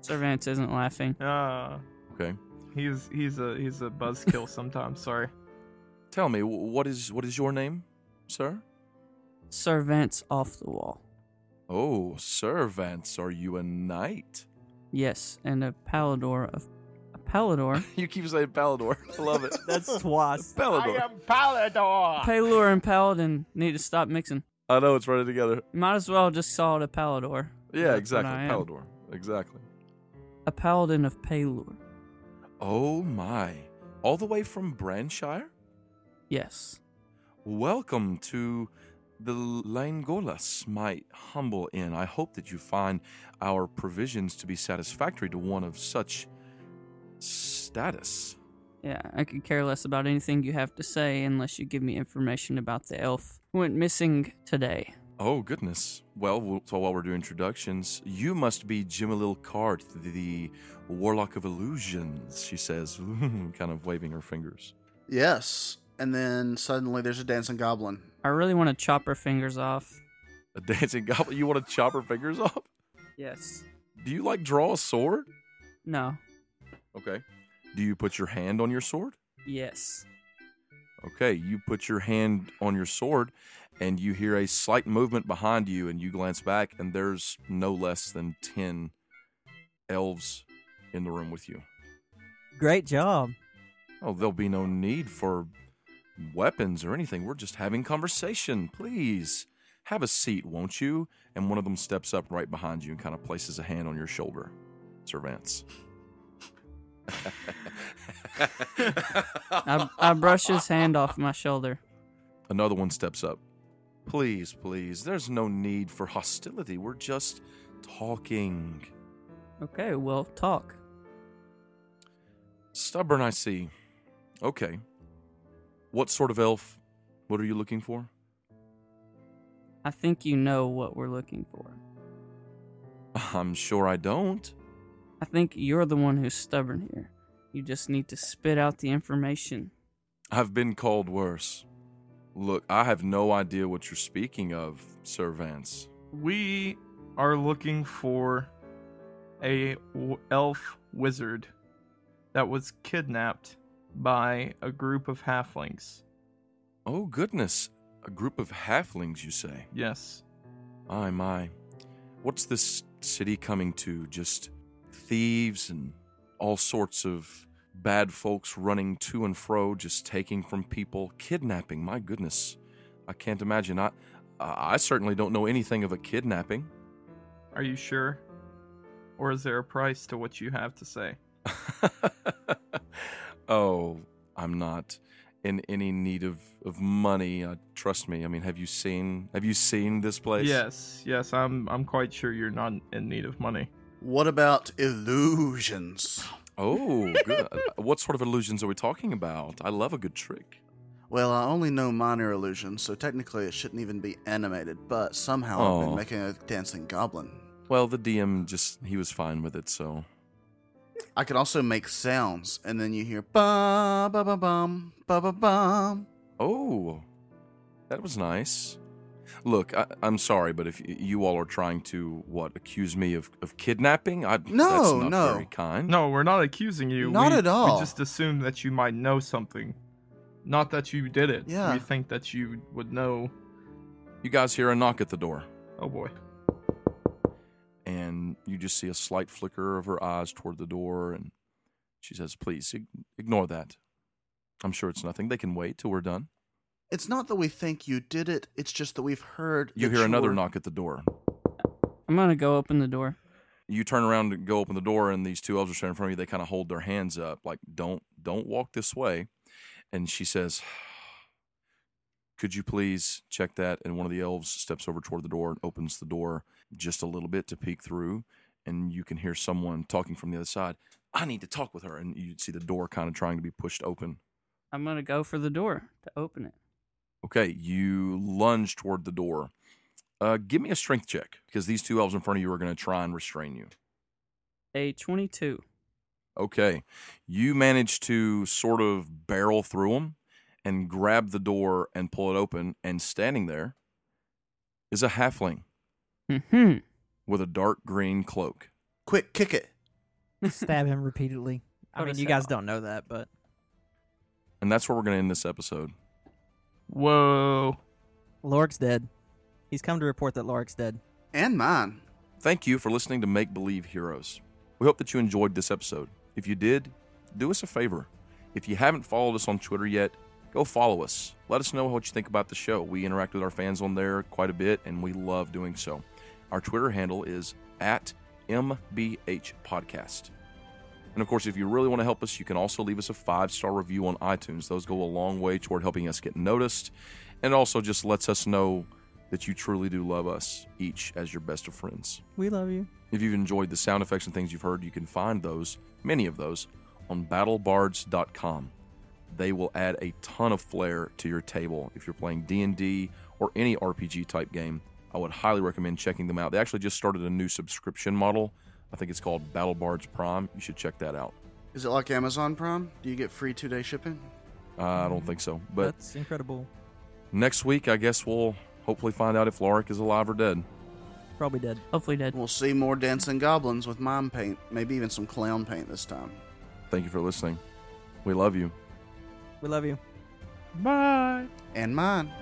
S1: Servant isn't laughing.
S5: uh,
S2: Okay.
S5: he's he's a he's a buzzkill sometimes. Sorry.
S2: Tell me, wh- what is what is your name, sir?
S1: Servant's off the wall.
S2: Oh, Sir Vance, are you a knight? [laughs]
S1: Yes, and a palador of a
S2: [laughs]
S1: palador,
S2: You keep saying Palador. [laughs] I love it.
S4: [laughs] That's twice.
S2: Palador. I,
S5: am Palador.
S1: palador and paladin need to stop mixing.
S2: know it's running together.
S1: Might as well just call it a palador. That's
S2: Yeah,
S1: what
S2: exactly.
S1: I am.
S2: Palador. Exactly.
S1: A paladin of Palor.
S2: Oh my. All the way from Branshire?
S1: Yes.
S2: Welcome to the Langolas, my humble inn. I hope that you find our provisions to be satisfactory to one of such status.
S1: Yeah, I could care less about anything you have to say unless you give me information about the elf who went missing today.
S2: Oh, goodness. Well, w- so while we're doing introductions, you must be Jimalil Cart, the Warlock of Illusions, she says, [laughs] kind of waving her fingers.
S3: Yes. And then suddenly there's a dancing goblin.
S1: I really want to chop her fingers off.
S2: A dancing goblin? You want to chop her fingers off?
S1: Yes.
S2: Do you like draw a sword?
S1: No.
S2: Okay. Do you put your hand on your sword?
S1: Yes.
S2: Okay, you put your hand on your sword and you hear a slight movement behind you and you glance back and there's no less than 10 elves in the room with you.
S4: Great job.
S2: Oh, there'll be no need for weapons or anything. We're just having conversation. Please have a seat, won't you? And one of them steps up right behind you and kind of places a hand on your shoulder. Servants.
S1: I, I brush his hand off my shoulder.
S2: Another one steps up. Please, please, there's no need for hostility. We're just talking.
S1: Okay, well, talk.
S2: Stubborn, I see. Okay. What sort of elf? What are you looking for? [laughs]
S1: I think you know what we're looking for.
S2: I'm sure I don't.
S1: I think you're the one who's stubborn here. You just need to spit out the information.
S2: I've been called worse. Look, I have no idea what you're speaking of, Sir Vance.
S5: We are looking for a w- elf wizard that was kidnapped by a group of halflings.
S2: Oh, goodness. A group of halflings, you say?
S5: Yes.
S2: My, my. What's this city coming to? Just thieves and all sorts of bad folks running to and fro, just taking from people, kidnapping. My goodness. I can't imagine. I, I certainly don't know anything of a kidnapping. [laughs]
S5: Are you sure? Or is there a price to what you have to say?
S2: oh, I'm not in any need of, of money. Uh, trust me. I mean, have you seen have you seen this place?
S5: Yes, yes, I'm I'm quite sure you're not in need of money.
S3: What about illusions?
S2: Oh, good. what sort of illusions are we talking about? I love a good trick.
S3: Well, I only know minor illusions, so technically it shouldn't even be animated, but somehow I've
S2: Aw.
S3: been making a dancing goblin.
S2: Well, the DM just he was fine with it, so
S3: I could also make sounds, and then you hear ba ba ba bum ba ba bum.
S2: Oh, that was nice. Look, I, I'm sorry, but if y- you all are trying to what accuse me of, of kidnapping, I that's
S3: No,
S2: not
S3: no.
S2: very kind.
S5: No, we're not accusing you.
S3: Not
S5: We-
S3: at all.
S5: We just assume that you might know something. Not that you did it.
S3: Yeah.
S5: We think that you would know.
S2: you guys hear a knock at the door,
S5: Oh boy.
S2: and you just see a slight flicker of her eyes toward the door, and she says, "Please ig- ignore that. I'm sure it's nothing. They can wait till we're done."
S3: It's not that we think you did it; it's just that we've heard.
S2: You
S3: that
S2: hear another
S3: you're-
S2: knock at the door.
S1: I'm gonna go open the door.
S2: You turn around to go open the door, and these two elves are standing in front of you. They kind of hold their hands up, like, "Don't, don't walk this way." And she says, [sighs] "Could you please check that?" And one of the elves steps over toward the door and opens the door just a little bit to peek through, and you can hear someone talking from the other side. I need to talk with her, and you see the door kind of trying to be pushed open.
S1: I'm gonna go for the door to open it.
S2: Okay, you lunge toward the door. Uh, give me a strength check because these two elves in front of you are going to try and restrain you.
S1: A 22.
S2: Okay. You manage to sort of barrel through them and grab the door and pull it open. And standing there is a halfling
S1: Hmm.
S2: with a dark green cloak.
S3: Quick, kick it.
S4: Stab him repeatedly. I
S1: Cut
S4: mean,
S1: his
S4: you
S1: head
S4: guys
S1: off.
S4: don't know that, but
S2: And that's where we're going to end this episode.
S5: Whoa.
S4: Lorik's dead. He's come to report that Lorik's dead.
S3: And mine.
S2: Thank you for listening to Make Believe Heroes. We hope that you enjoyed this episode. If you did, do us a favor. If you haven't followed us on Twitter yet, go follow us. Let us know what you think about the show. We interact with our fans on there quite a bit, and we love doing so. Our Twitter handle is at MBH Podcast. And of course, if you really want to help us, you can also leave us a five star review on iTunes. Those go a long way toward helping us get noticed and also just lets us know that you truly do love us each as your best of friends.
S4: We love you.
S2: If you've enjoyed the sound effects and things you've heard, you can find those, many of those, on battlebards.com. They will add a ton of flair to your table if you're playing D&D or any RPG type game. I would highly recommend checking them out. They actually just started a new subscription model. I think it's called BattleBards Prime. You should check that out.
S3: Is it like Amazon Prime? Do you get free two day shipping?
S2: I don't think so, but
S4: That's incredible.
S2: next week I guess we'll hopefully find out if Lorik is alive or dead.
S4: Probably dead.
S1: Hopefully dead.
S3: We'll see more dancing goblins with mime paint, maybe even some clown paint this time.
S2: Thank you for listening. We love you.
S4: We love you.
S1: Bye.
S3: And mine.